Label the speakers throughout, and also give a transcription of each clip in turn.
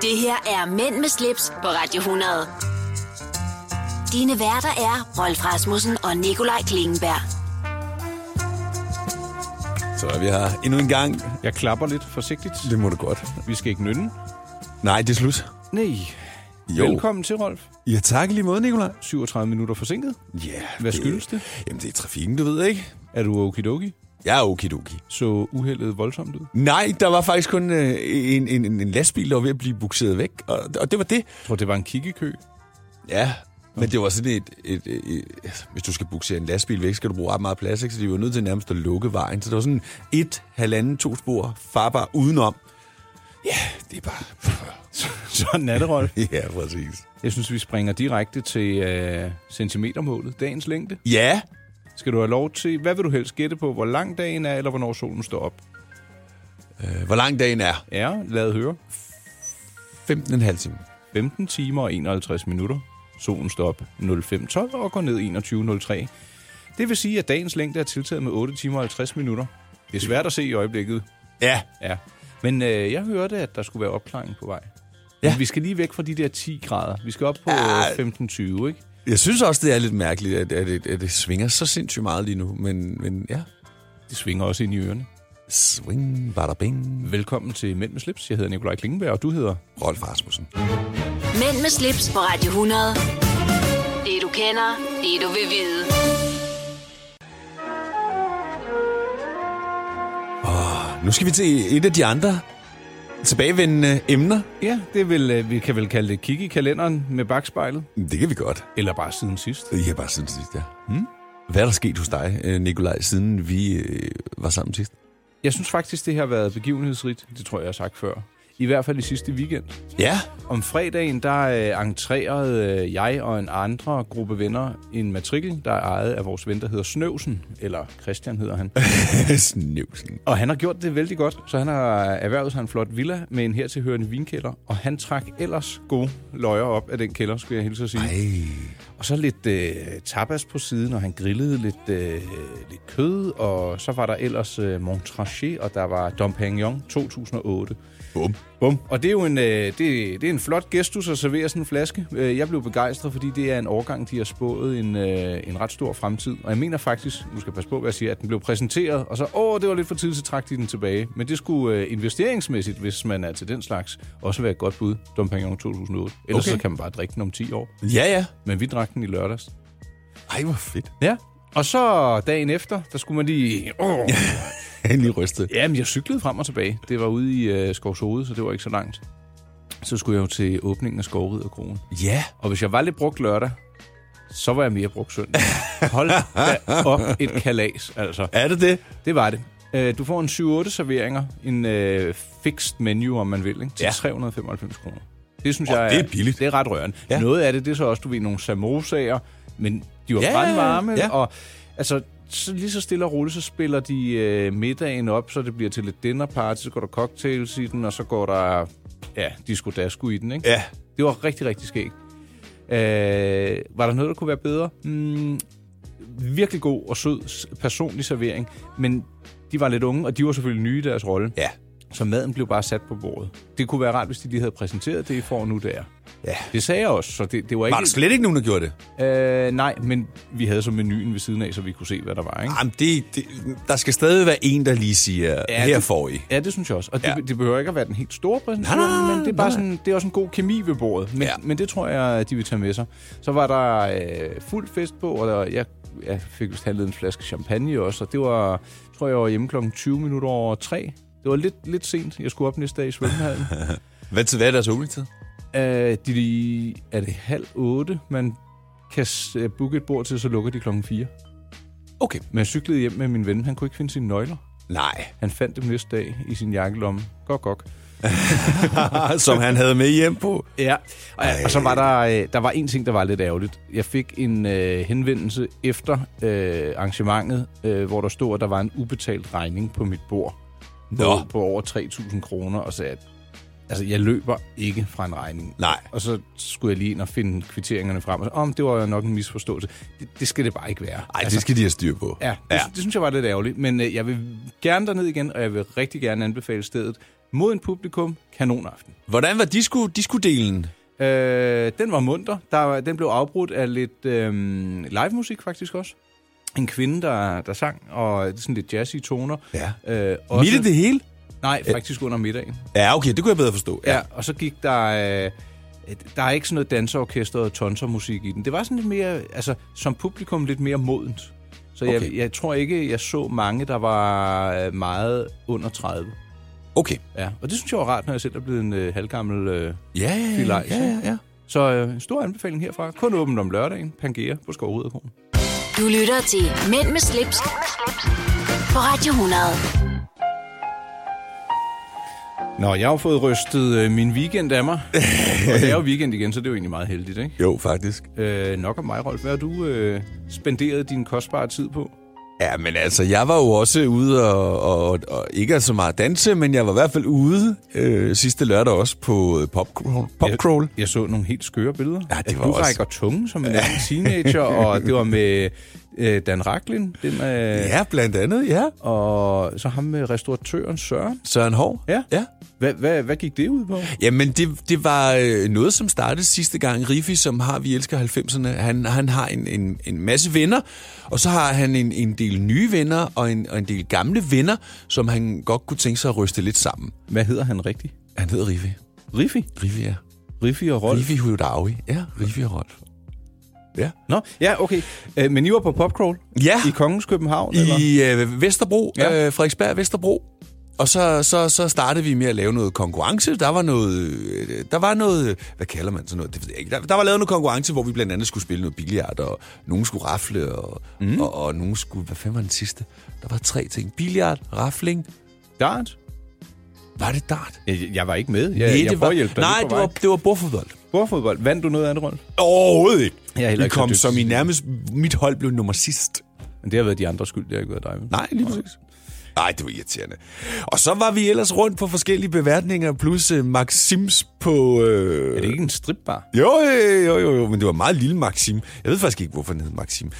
Speaker 1: Det her er Mænd med slips på Radio 100. Dine værter er Rolf Rasmussen og Nikolaj Klingenberg.
Speaker 2: Så er vi her endnu en gang.
Speaker 3: Jeg klapper lidt forsigtigt.
Speaker 2: Det må du godt.
Speaker 3: Vi skal ikke nynne.
Speaker 2: Nej, det er slut.
Speaker 3: Nej.
Speaker 2: Jo.
Speaker 3: Velkommen til, Rolf.
Speaker 2: Ja, tak i lige måde, Nicolaj.
Speaker 3: 37 minutter forsinket.
Speaker 2: Ja. Yeah,
Speaker 3: Hvad skyldes det?
Speaker 2: Jamen, det er trafikken, du ved, ikke?
Speaker 3: Er du okidoki?
Speaker 2: Jeg er okidoki.
Speaker 3: Så uheldet voldsomt ud.
Speaker 2: Nej, der var faktisk kun øh, en, en, en en lastbil, der var ved at blive bukseret væk, og, og det var det.
Speaker 3: Jeg tror, det var en kikkekø.
Speaker 2: Ja, men det var sådan et, et, et, et... Hvis du skal buksere en lastbil væk, skal du bruge ret meget plads, ikke? Så de var nødt til nærmest at lukke vejen. Så det var sådan et, halvanden, to spor, farbar udenom. Ja, det er bare...
Speaker 3: Sådan er det, Rolf.
Speaker 2: ja, præcis.
Speaker 3: Jeg synes, vi springer direkte til øh, centimetermålet. Dagens længde.
Speaker 2: Ja,
Speaker 3: Skal du have lov til... Hvad vil du helst gætte på? Hvor lang dagen er, eller hvornår solen står op?
Speaker 2: øh, hvor lang dagen er?
Speaker 3: Er, lad høre,
Speaker 2: 15,5 timer.
Speaker 3: 15 timer og 51 minutter. Solen står op 05.12 og går ned 21.03. Det vil sige, at dagens længde er tiltaget med 8 timer og 50 minutter. Det er svært at se i øjeblikket,
Speaker 2: Ja,
Speaker 3: ja. Men øh, jeg hørte, at der skulle være opklaring på vej.
Speaker 2: Ja.
Speaker 3: Ja. Men vi skal lige væk fra de der 10 grader. Vi skal op på
Speaker 2: Ja.
Speaker 3: ja. 15-20, ikke?
Speaker 2: Jeg synes også, det er lidt mærkeligt, at, at, at, at det svinger så sindssygt meget lige nu, men, men ja.
Speaker 3: Det svinger også ind i ørerne.
Speaker 2: Swing, bada bing.
Speaker 3: Velkommen til Mænd med slips. Jeg hedder Nikolaj Klingenberg, og du hedder...
Speaker 2: Rolf Rasmussen.
Speaker 1: Mænd med slips på Radio 100. Det du kender, det du vil vide.
Speaker 2: Nu skal vi til et af de andre tilbagevendende emner.
Speaker 3: Ja, det vil, øh, vi kan vel kalde det kig i kalenderen med bagspejlet.
Speaker 2: Det kan vi godt.
Speaker 3: Eller bare siden sidst.
Speaker 2: Jeg har bare siden sidst, ja. Hmm? Hvad er der sket hos dig, øh, Nikolaj, siden vi øh, var sammen sidst?
Speaker 3: Jeg synes faktisk, det har været begivenhedsrigt. Det tror jeg, jeg har sagt før. I hvert fald i sidste weekend.
Speaker 2: Ja.
Speaker 3: Om fredagen, der øh, entrerede øh, jeg og en andre gruppe venner en matrikel, der er ejet af vores ven, der hedder Snøvsen. Eller Christian hedder han.
Speaker 2: Snøvsen.
Speaker 3: Og han har gjort det vældig godt, så han har erhvervet sig en flot villa med en hertilhørende vinkælder. Og han trak ellers gode løjer op af den kælder, skulle jeg hilse at sige.
Speaker 2: Ej.
Speaker 3: Og så lidt øh, tapas på siden, og han grillede lidt, øh, lidt kød, og så var der ellers øh, Montrachet, og der var Dom Pignon 2008.
Speaker 2: Bum.
Speaker 3: Bum. Og det er jo en, øh, det, det er en flot gestus at servere sådan en flaske. Øh, jeg blev begejstret, fordi det er en årgang, de har spået en, øh, en ret stor fremtid. Og jeg mener faktisk, nu skal jeg passe på, hvad jeg siger, at den blev præsenteret, og så, åh, det var lidt for tidligt, så trak de den tilbage. Men det skulle øh, investeringsmæssigt, hvis man er til den slags, også være et godt bud, Dom Pignon 2008. Ellers
Speaker 2: Okay.
Speaker 3: okay. så kan man bare drikke den om 10 år.
Speaker 2: Ja, ja.
Speaker 3: Men vi drak den i lørdags.
Speaker 2: Ej, hvor fedt.
Speaker 3: Ja. Og så dagen efter, der skulle man lige... Oh.
Speaker 2: Han lige rystet.
Speaker 3: Jamen, jeg cyklede frem og tilbage. Det var ude i øh, Skovshoved, så det var ikke så langt. Så skulle jeg jo til åbningen af Skovriderkronen.
Speaker 2: Ja.
Speaker 3: Og hvis jeg var lidt brugt lørdag, så var jeg mere brugt søndag. Hold da op et kalas, altså.
Speaker 2: Er det det?
Speaker 3: Det var det. Øh, Du får en 7-8 serveringer, en øh, fixed menu, om man vil, ikke? til
Speaker 2: Ja.
Speaker 3: ja. 395 kroner. Det synes
Speaker 2: Åh,
Speaker 3: jeg
Speaker 2: det er billigt.
Speaker 3: Det er ret rørende.
Speaker 2: Ja.
Speaker 3: Ja. Noget af det, det er så også, du ved, nogle samosaer, men de var
Speaker 2: Ja,
Speaker 3: ja, brandvarme,
Speaker 2: ja.
Speaker 3: ja. og altså, så lige så stille og roligt, så spiller de øh, middagen op, så det bliver til lidt dinner party, så går der cocktails i den, og så går der, ja, disco-dasko i den, ikke?
Speaker 2: Ja.
Speaker 3: Det var rigtig, rigtig skægt. Øh, var der noget, der kunne være bedre? Mm, virkelig god og sød s- personlig servering, men de var lidt unge, og de var selvfølgelig nye i deres rolle,
Speaker 2: Ja.
Speaker 3: så maden blev bare sat på bordet. Det kunne være rart, hvis de lige havde præsenteret det, I får nu der.
Speaker 2: Ja.
Speaker 3: Det sagde jeg også, så det, det var
Speaker 2: Var der
Speaker 3: ikke...
Speaker 2: slet ikke nogen, der gjorde det?
Speaker 3: Øh, nej, men vi havde så menuen ved siden af, så vi kunne se, hvad der var, ikke?
Speaker 2: Jamen, det, det, der skal stadig være en, der lige siger, ja,
Speaker 3: Ja,
Speaker 2: her
Speaker 3: det-
Speaker 2: får I.
Speaker 3: Ja, det synes jeg også. Og det,
Speaker 2: Ja.
Speaker 3: ja. det behøver ikke at være den helt store præsentation,
Speaker 2: Nej, nej, nej,
Speaker 3: men det er,
Speaker 2: nej,
Speaker 3: bare
Speaker 2: nej.
Speaker 3: sådan, det er også en god kemi ved bordet. Men,
Speaker 2: Ja.
Speaker 3: ja. men det tror jeg, at de vil tage med sig. Så var der øh, fuld fest på, og der, jeg, jeg fik vist handlet en flaske champagne også, og det var, tror jeg, jeg var hjemme klokken 20 minutter over 3. Det var lidt, lidt sent. Jeg skulle op næste dag i svømmehallen.
Speaker 2: Hvad, til, hvad er deres åbningstid?
Speaker 3: øh, de, de, er det halv otte, man kan s- øh, booke et bord til, så lukker de klokken 4.
Speaker 2: Okay.
Speaker 3: Men jeg cyklede hjem med min ven. Han kunne ikke finde sine nøgler.
Speaker 2: Nej.
Speaker 3: Han fandt dem næste dag i sin jakkelomme. Gok, gok.
Speaker 2: Som han havde med hjem på.
Speaker 3: Ja, og, og så var der, øh, der var en ting, der var lidt ærgerligt. Jeg fik en øh, henvendelse efter øh, arrangementet, øh, hvor der stod, at der var en ubetalt regning på mit bord
Speaker 2: Nå.
Speaker 3: på, på over 3.000 kroner, og sagde, at Altså, jeg løber ikke fra en regning.
Speaker 2: Nej.
Speaker 3: Og så skulle jeg lige ind og finde kvitteringerne frem. Og så, om det var jo nok en misforståelse. Det, det skal det bare ikke være.
Speaker 2: Ej, det skal de have styr på.
Speaker 3: Ja, det, ja. det synes jeg var lidt ærgerligt, men øh, jeg vil gerne derned igen, og jeg vil rigtig gerne anbefale stedet. Mod en publikum, kanonaften.
Speaker 2: Hvordan var disco, disco-delen?
Speaker 3: Øh, den var munter. Der, var- den blev afbrudt af lidt øh, live-musik faktisk også. En kvinde, der, der sang, og det er sådan lidt jazzy toner.
Speaker 2: Ja.
Speaker 3: Øh,
Speaker 2: Midt i det hele?
Speaker 3: Nej, faktisk under middagen.
Speaker 2: Ja, okay, det kunne jeg bedre forstå.
Speaker 3: Ja, og så gik der... Øh, der er ikke sådan noget danseorkester og tonsermusik i den. Det var sådan lidt mere, altså som publikum lidt mere modent. Så okay. jeg,
Speaker 2: Okay.
Speaker 3: jeg tror ikke, jeg så mange, der var øh, meget under 30.
Speaker 2: Okay.
Speaker 3: Ja, og det synes jeg var rart, når jeg selv er blevet en øh, halvgammel... Øh.
Speaker 2: Ja, ja, ja,
Speaker 3: Relax,
Speaker 2: ja, ja, ja.
Speaker 3: Så øh, en stor anbefaling herfra. Kun åbent om lørdagen. Pangea på Skovruderkronen.
Speaker 1: Du lytter til Mænd med slips, på Radio 100.
Speaker 3: Nå, jeg har jo fået rystet øh, min weekend af mig. og det er jo weekend igen, så det er jo egentlig meget heldigt, ikke?
Speaker 2: Jo, faktisk.
Speaker 3: Øh, nok om mig, Rolf. Hvad har du øh, spenderet din kostbare tid på?
Speaker 2: Ja, men altså, jeg var jo også ude og, og, og ikke så meget danse, men jeg var i hvert fald ude øh, sidste lørdag også på øh, popcrawl. popcrawl.
Speaker 3: Jeg så nogle helt skøre billeder.
Speaker 2: Ja, det
Speaker 3: At
Speaker 2: var
Speaker 3: du
Speaker 2: også-
Speaker 3: rækker tunge som en anden teenager, og det var med øh, Dan Raklin, den, øh,
Speaker 2: Ja, blandt andet, ja.
Speaker 3: og så ham med restauratøren Søren.
Speaker 2: Søren Hov.
Speaker 3: Ja.
Speaker 2: ja.
Speaker 3: Hvad, hvad, hvad gik det ud på?
Speaker 2: Jamen, det, det var øh, noget, som startede sidste gang. Rifi, som har Vi Elsker 90'erne, han, han har en, en, en masse venner, og så har han en, en del nye venner og en, og en del gamle venner, som han godt kunne tænke sig at ryste lidt sammen.
Speaker 3: Hvad hedder han rigtigt?
Speaker 2: Han hedder Rifi.
Speaker 3: Riffi?
Speaker 2: Rifi, ja.
Speaker 3: Riffi og Rolf?
Speaker 2: Rifi Hudawi. Ja, Rifi og Rolf. Ja.
Speaker 3: Nå, ja, okay. Øh, men I var på popcrawl
Speaker 2: Ja,
Speaker 3: i Kongens København, eller?
Speaker 2: i øh, Vesterbro,
Speaker 3: Ja.
Speaker 2: ja. øh, Frederiksberg Vesterbro. Og så, så, så startede vi med at lave noget konkurrence. Der var noget, øh, der var noget, hvad kalder man sådan noget? Det ved jeg ikke. Der, der var lavet noget konkurrence, hvor vi blandt andet skulle spille noget billiard, og nogen skulle rafle, og, mm. og, og nogen skulle, hvad fanden var den sidste? Der var tre ting. Billiard, rafling,
Speaker 3: Dart?
Speaker 2: var det dart?
Speaker 3: Jeg, jeg var ikke med. Jeg, jeg prøver at hjælpe dig
Speaker 2: nej,
Speaker 3: lidt på
Speaker 2: det var,
Speaker 3: vej.
Speaker 2: det var bordfodbold.
Speaker 3: Bordfodbold. Vandt du noget andet, Rolf?
Speaker 2: Overhovedet ikke.
Speaker 3: Jeg er heller
Speaker 2: vi
Speaker 3: ikke så
Speaker 2: kom
Speaker 3: dybt.
Speaker 2: som i nærmest, mit hold blev nummer sidst.
Speaker 3: Men det har været de andre skyld, det har ikke været dig. vel?
Speaker 2: Nej, lige præcis. Nej, det var irriterende. Og så var vi ellers rundt på forskellige beværtninger, plus øh, Maxims på... Øh...
Speaker 3: Er det ikke en stripbar?
Speaker 2: Jo, øh, jo, jo, jo, men det var meget lille Maxim. Jeg ved faktisk ikke, hvorfor den hed Maxim.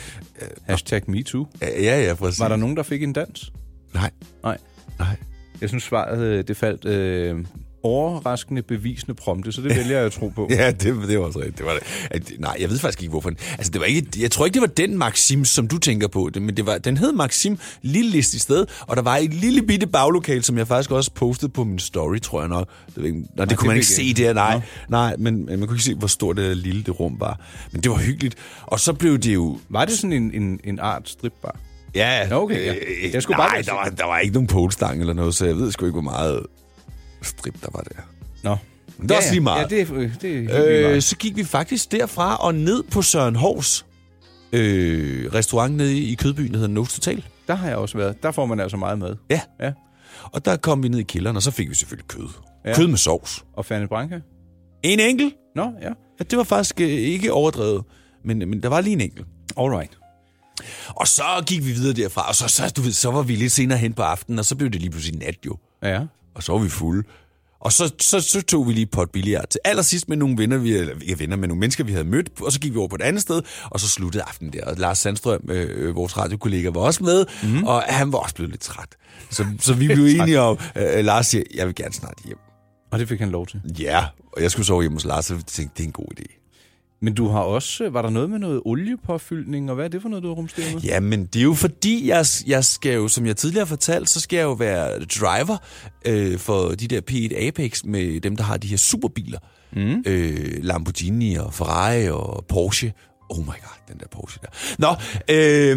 Speaker 2: Øh,
Speaker 3: Hashtag MeToo.
Speaker 2: ja, ja, præcis.
Speaker 3: Var der nogen, der fik en dans?
Speaker 2: Nej,
Speaker 3: Nej.
Speaker 2: nej.
Speaker 3: Jeg synes, svaret øh, det faldt øh, overraskende bevisende prompte, så det vælger jeg at tro på.
Speaker 2: Ja, det, det var også rigtigt. Det var det. At, nej, jeg ved faktisk ikke, hvorfor den... Altså, det var ikke, jeg tror ikke, det var den Maxim, som du tænker på, det, men det var, den hed Maxim lille list i sted, og der var et lille bitte baglokal, som jeg faktisk også postede på min story, tror jeg nok. Det, ved jeg ikke, Nå, det kunne
Speaker 3: det
Speaker 2: man ikke
Speaker 3: fik jeg
Speaker 2: se der, nej. Nej, men, men man kunne ikke se, hvor stort det lille det rum var. Men det var hyggeligt. Og så blev det jo...
Speaker 3: Var det sådan en, en, en art stripbar?
Speaker 2: Ja,
Speaker 3: Nå, okay, ja.
Speaker 2: øh,
Speaker 3: Jeg skulle bare
Speaker 2: nej,
Speaker 3: lige
Speaker 2: der
Speaker 3: se-
Speaker 2: var, der var ikke nogen polestang eller noget, så jeg ved sgu ikke, hvor meget strip der var der.
Speaker 3: Nå.
Speaker 2: Det er også lige meget.
Speaker 3: Ja, det er, øh, det er helt vildt
Speaker 2: Øh,
Speaker 3: meget.
Speaker 2: så gik vi faktisk derfra og ned på Søren Hårs øh, restaurant nede i Kødbyen, der hedder Nose Total.
Speaker 3: Der har jeg også været. Der får man altså meget med.
Speaker 2: Ja.
Speaker 3: Ja.
Speaker 2: Og der kom vi ned i kælderen, og så fik vi selvfølgelig kød.
Speaker 3: Ja.
Speaker 2: Ja. Kød med sovs.
Speaker 3: Og Fanny Branca?
Speaker 2: En enkelt.
Speaker 3: Nå, ja.
Speaker 2: Ja, det var faktisk øh, ikke overdrevet, men, men der var lige en enkelt.
Speaker 3: All right.
Speaker 2: Og så gik vi videre derfra, og så, så, du ved, så var vi lidt senere hen på aftenen, og så blev det lige pludselig nat jo.
Speaker 3: Ja.
Speaker 2: Og så var vi fulde. Og så, så, så tog vi lige på et billiard til allersidst med nogle venner, vi, eller ikke venner, men nogle mennesker, vi havde mødt. Og så gik vi over på et andet sted, og så sluttede aftenen der. Og Lars Sandstrøm, øh, øh, vores radiokollega, var også med, mm. og han var også blevet lidt træt. Så, så vi blev enige om, øh, Lars siger, jeg vil gerne snart hjem.
Speaker 3: Og det fik han lov til.
Speaker 2: Ja, og jeg skulle sove hjemme hos Lars, og jeg tænkte, det er en god idé.
Speaker 3: Men du har også... Var der noget med noget oliepåfyldning, og hvad er det for noget, du har rumsteret med?
Speaker 2: Ja, men det er jo fordi, jeg, jeg skal jo, som jeg tidligere fortalt, så skal jeg jo være driver øh, for de der P1 Apex med dem, der har de her superbiler. Mm. Øh, Lamborghini og Ferrari og Porsche. Oh my god, den der Porsche der. Nå,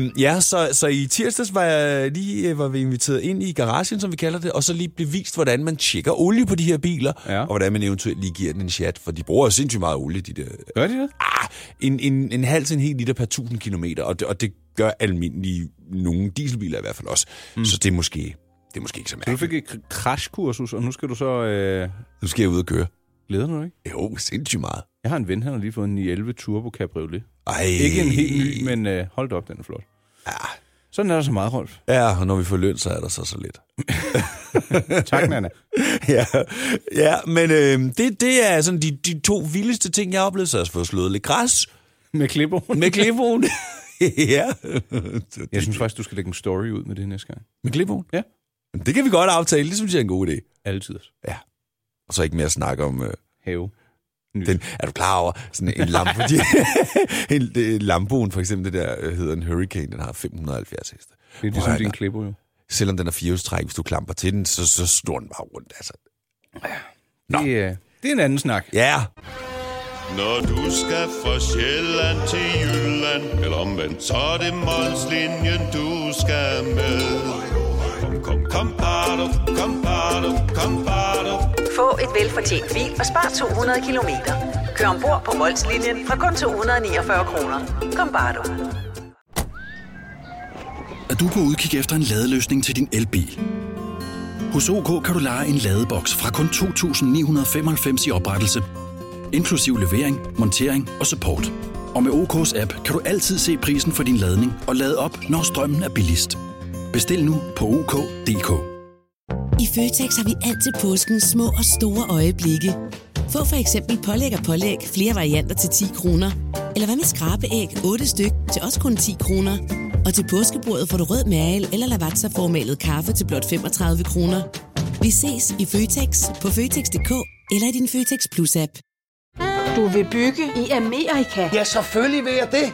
Speaker 2: øh, ja, så, så i tirsdags var jeg lige øh, var vi inviteret ind i garagen, som vi kalder det, og så lige blev vist, hvordan man tjekker olie på de her biler,
Speaker 3: Ja.
Speaker 2: og hvordan man eventuelt lige giver den en chat, for de bruger jo sindssygt meget olie, de der
Speaker 3: Gør de det?
Speaker 2: ah, en, en, en halv til en hel liter per 1000 kilometer, og det, og det gør almindelige nogle dieselbiler i hvert fald også. Mm. Så det er måske, det er måske ikke så
Speaker 3: Så du
Speaker 2: mærkeligt.
Speaker 3: fik et kr- crashkursus, og nu skal du så... Øh,
Speaker 2: Nu skal jeg ud og køre.
Speaker 3: glæder du dig, ikke?
Speaker 2: Jo, sindssygt meget.
Speaker 3: Jeg har en ven, han har lige fået en 911 Turbo Cabriolet.
Speaker 2: Ej,
Speaker 3: øh,
Speaker 2: Ah.
Speaker 3: Ikke en helt ny, men øh, hold da op, den er flot.
Speaker 2: Ja,
Speaker 3: Sådan er der så meget, Rolf.
Speaker 2: Ja, og når vi får løn, så er der så så lidt.
Speaker 3: Tak, Nana.
Speaker 2: ja, ja, men øh, det, det er sådan de, de to vildeste ting, jeg har oplevet. Så har jeg fået slået lidt græs
Speaker 3: Med klipperhund.
Speaker 2: med klipvogn. ja.
Speaker 3: Jeg synes faktisk, du skal lægge en story ud med det næste gang.
Speaker 2: Med klipvogn?
Speaker 3: Ja.
Speaker 2: Det kan vi godt aftale. Det synes jeg er en god idé.
Speaker 3: Altid.
Speaker 2: Ja. Og så ikke mere snak om... Øh,
Speaker 3: Have.
Speaker 2: den, er du klar over sådan en lampe? De, en, det- Lamboen for eksempel, det der øh, hedder en Hurricane, den har 570 heste.
Speaker 3: Det er
Speaker 2: Prøv
Speaker 3: ligesom
Speaker 2: at
Speaker 3: din
Speaker 2: høre,
Speaker 3: klipper jo.
Speaker 2: Selvom den er firehjulstræk, hvis du klamper til den, så, så snor den bare rundt. Altså. Nå.
Speaker 3: Det, er, det er en anden snak.
Speaker 2: Ja, yeah.
Speaker 4: Når du skal fra Sjælland til Jylland Eller omvendt, så er det Molslinjen, du skal med Kom, kom, kom, bado, kom, bado, kom, bado.
Speaker 5: Få et velfortjent bil og spar 200 kilometer. Kør ombord på Molslinjen fra kun 249 kroner. Kom bare du.
Speaker 6: at du er på udkig efter en ladeløsning til din elbil. Hos OK kan du lege en ladeboks fra kun 2.995 i oprettelse, inklusiv levering, montering og support. Og med OK's app kan du altid se prisen for din ladning og lade op, når strømmen er billigst. Bestil nu på OK.dk.
Speaker 7: I Føtex har vi alt til påsken små og store øjeblikke. Få for eksempel pålæg og pålæg flere varianter til 10 kroner. Eller hvad med skrabeæg 8 styk til også kun 10 kroner. Og til påskebordet får du rød mal eller lavatserformalet kaffe til blot 35 kroner. Vi ses i Føtex på Føtex.dk eller i din Føtex Plus-app.
Speaker 8: Du vil bygge i Amerika?
Speaker 9: Ja, selvfølgelig vil jeg det.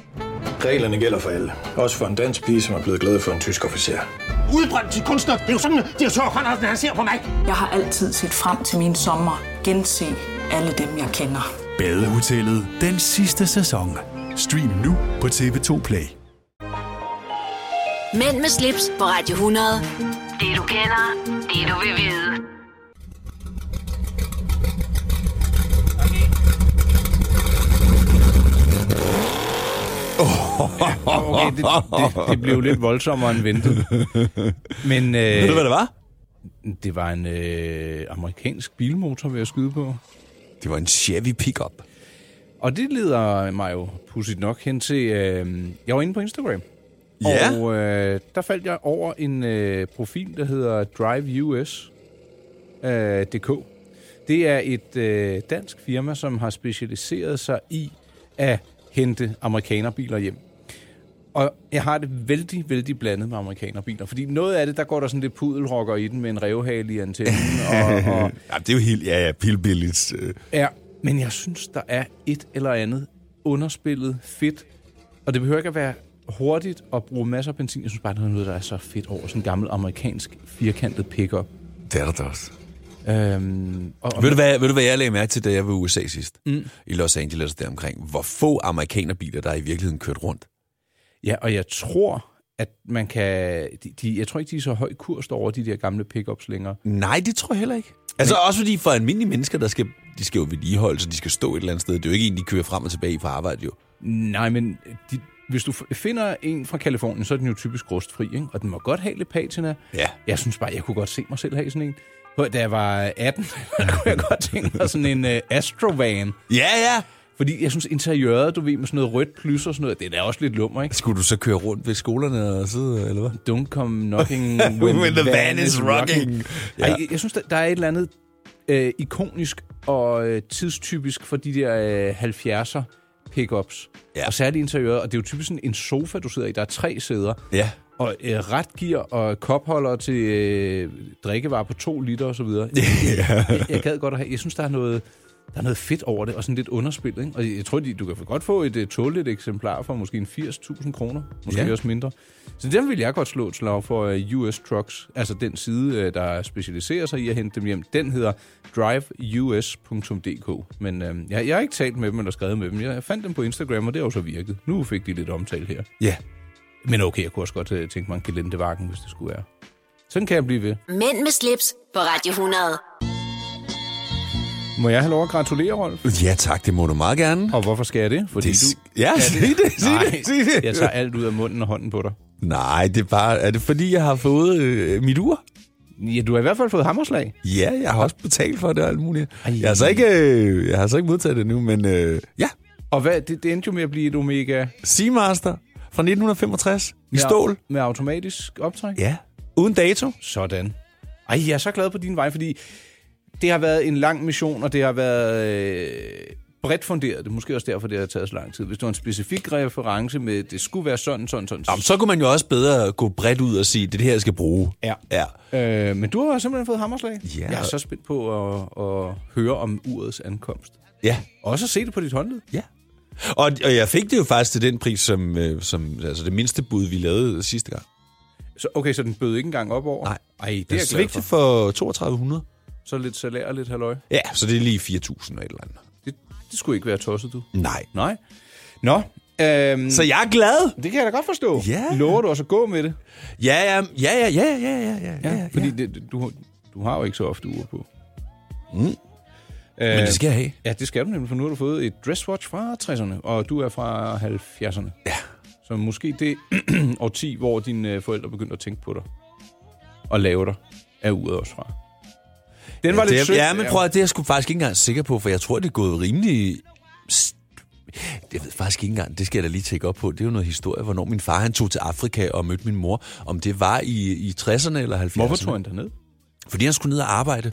Speaker 10: Reglerne gælder for alle. Også for en dansk pige, som er blevet glad for en tysk officer.
Speaker 9: Udbrændt til kunstner. Det er jo sådan, at de har tørt, han ser på mig.
Speaker 8: Jeg har altid set frem til min sommer. Gense alle dem, jeg kender.
Speaker 11: Badehotellet den sidste sæson. Stream nu på TV2 Play.
Speaker 1: Mænd med slips på Radio 100. Det du kender, det du vil vide.
Speaker 3: Okay, det, det, det blev lidt voldsommere end ventet. Men
Speaker 2: ved du, hvad
Speaker 3: øh,
Speaker 2: det var?
Speaker 3: det var en øh, amerikansk bilmotor, vil jeg skyde på.
Speaker 2: Det var en Chevy pickup.
Speaker 3: Og det leder mig jo pudsigt nok hen til... Øh, jeg var inde på Instagram.
Speaker 2: Ja.
Speaker 3: Og øh, der faldt jeg over en øh, profil, der hedder DriveUS.dk. Øh, DK. det er et øh, dansk firma, som har specialiseret sig i at hente amerikanerbiler hjem. Og jeg har det vældig, vældig blandet med amerikanerbiler. Fordi noget af det, der går der sådan lidt pudelrokker i den med en revhale i antennen. Og, og,
Speaker 2: Ja, det er jo helt, ja, ja, pilbilligt. øh.
Speaker 3: Ja, men jeg synes, der er et eller andet underspillet fedt. Og det behøver ikke at være hurtigt og bruge masser af benzin. Jeg synes bare, der er noget, der er så fedt over sådan en gammel amerikansk firkantet pickup.
Speaker 2: Det er der da også.
Speaker 3: Øhm, og, og
Speaker 2: Ved du, hvad, ved du, hvad jeg lagde mærke til, da jeg var i USA sidst? Mm. I Los Angeles og deromkring. Hvor få amerikanerbiler, der i virkeligheden kørt rundt.
Speaker 3: Ja, og jeg tror, at man kan... De, de, jeg tror ikke, de er så høj kurs over de der gamle pickups længere.
Speaker 2: Nej, det tror jeg heller ikke. Altså Men... også fordi for almindelige mennesker, der skal, de skal jo vedligeholde, så de skal stå et eller andet sted. Det er jo ikke en, de kører frem og tilbage på arbejde, jo.
Speaker 3: Nej, men de, hvis du f- finder en fra Kalifornien, så er den jo typisk rustfri, ikke? og den må godt have lidt patina.
Speaker 2: Ja.
Speaker 3: Jeg synes bare, jeg kunne godt se mig selv have sådan en. På- Da jeg var 18, der kunne jeg godt tænke mig sådan en uh, Astrovan.
Speaker 2: Ja, ja.
Speaker 3: Fordi jeg synes, interiøret, du ved, med sådan noget rødt plys og sådan noget, det er da også lidt lummer, ikke?
Speaker 2: Skulle du så køre rundt ved skolerne og sidde, eller hvad?
Speaker 3: Don't come knocking
Speaker 2: When the van is rocking.
Speaker 3: Ja.
Speaker 2: Ja.
Speaker 3: Ej, jeg synes, der, der er et eller andet øh, ikonisk og øh, tidstypisk for de der øh, 70'er pickups.
Speaker 2: Ja.
Speaker 3: Ja. Og særligt interiøret. Og det er jo typisk sådan en sofa, du sidder i. Der er tre sæder.
Speaker 2: Ja.
Speaker 3: Og øh, retgear og kopholder til øh, drikkevarer på to liter osv. Jeg, jeg, jeg gad godt at have... Jeg synes, der er noget... Der er noget fedt over det, og sådan lidt underspillet. Ikke? Og jeg tror, de- du kan godt få et uh, tåligt eksemplar for måske en 80.000 kroner. Måske
Speaker 2: Ja.
Speaker 3: ja. også mindre. Så den vil jeg godt slå et slag for øh, US Trucks. Altså den side, øh, der specialiserer sig i at hente dem hjem. Den hedder driveus.dk. Men øh, jeg, jeg har ikke talt med dem eller skrevet med dem. Jeg fandt dem på Instagram, og det har jo så virket. Nu fik de lidt omtale her.
Speaker 2: Ja.
Speaker 3: Men okay, jeg kunne også godt øh, tænke mig en gelindevagen, hvis det skulle være. Sådan kan jeg blive ved.
Speaker 1: Mænd med slips på Radio 100.
Speaker 3: Må jeg have lov at gratulere, Rolf?
Speaker 2: Ja tak, det må du meget gerne.
Speaker 3: Og hvorfor skal jeg det? Fordi
Speaker 2: Det,
Speaker 3: du...
Speaker 2: ja, sig det, sig
Speaker 3: Nej,
Speaker 2: det, sig det.
Speaker 3: jeg tager alt ud af munden og hånden på dig.
Speaker 2: Nej, det er bare, er det fordi, jeg har fået øh, mit ur?
Speaker 3: Ja, du har i hvert fald fået hammerslag.
Speaker 2: Ja, jeg har også betalt for det og alt muligt.
Speaker 3: Ej.
Speaker 2: Jeg har, så ikke, øh, jeg har så ikke modtaget det nu, men øh, ja,
Speaker 3: Og hvad, det, det endte jo med at blive et Omega.
Speaker 2: Seamaster fra 1965 i
Speaker 3: Med-
Speaker 2: stål.
Speaker 3: Med automatisk optræk?
Speaker 2: Ja. Uden dato.
Speaker 3: Sådan. Ej, jeg er så glad på din vej, fordi det har været en lang mission, og det har været øh, bredt funderet. Det er måske også derfor, det har taget så lang tid. Hvis du har en specifik reference med, det skulle være sådan, sådan, sådan.
Speaker 2: Jamen, så kunne man jo også bedre gå bredt ud og sige, det er det her, jeg skal bruge.
Speaker 3: Ja.
Speaker 2: ja.
Speaker 3: Øh, men du har simpelthen fået hammerslag.
Speaker 2: Ja.
Speaker 3: Jeg er så spændt på at, at høre om urets ankomst.
Speaker 2: Ja.
Speaker 3: Også at se det på dit håndled.
Speaker 2: Ja. Og, og jeg fik det jo faktisk til den pris, som, øh, som altså det mindste bud, vi lavede sidste gang.
Speaker 3: Så, okay, så den bød ikke engang op over?
Speaker 2: Nej.
Speaker 3: Ej, det er
Speaker 2: jeg
Speaker 3: jeg glad for.
Speaker 2: svigtede for 3200.
Speaker 3: Så lidt salær og lidt halvøj.
Speaker 2: Ja, så det er lige 4000 og et eller andet.
Speaker 3: Det, det skulle ikke være tosset, du.
Speaker 2: Nej.
Speaker 3: Nej. Nå. Øhm,
Speaker 2: Så jeg er glad.
Speaker 3: Det kan jeg da godt forstå.
Speaker 2: Ja.
Speaker 3: Lover du også at gå med det?
Speaker 2: Ja, ja, ja, ja, ja, ja, ja, ja, ja. ja.
Speaker 3: Fordi det, du, du har jo ikke så ofte ure på. Øh,
Speaker 2: Mm. Men det skal jeg have.
Speaker 3: Ja, det skal du nemlig, for nu har du fået et dresswatch fra 60'erne, og du er fra 70'erne.
Speaker 2: Ja.
Speaker 3: Så måske det årti, hvor dine øh, forældre begyndte at tænke på dig og lave dig, er uret også fra. Den var
Speaker 2: ja,
Speaker 3: lidt
Speaker 2: det, er-
Speaker 3: sød.
Speaker 2: Ja, men prøv at det er jeg sgu faktisk ikke engang sikker på, for jeg tror, det er gået rimelig... st- Jeg ved faktisk ikke engang, det skal jeg da lige tjekke op på. Det er jo noget historie, hvornår min far han tog til Afrika og mødte min mor. Om det var i, i 60'erne eller 70'erne.
Speaker 3: Hvorfor tog han derned?
Speaker 2: Fordi han skulle ned og arbejde.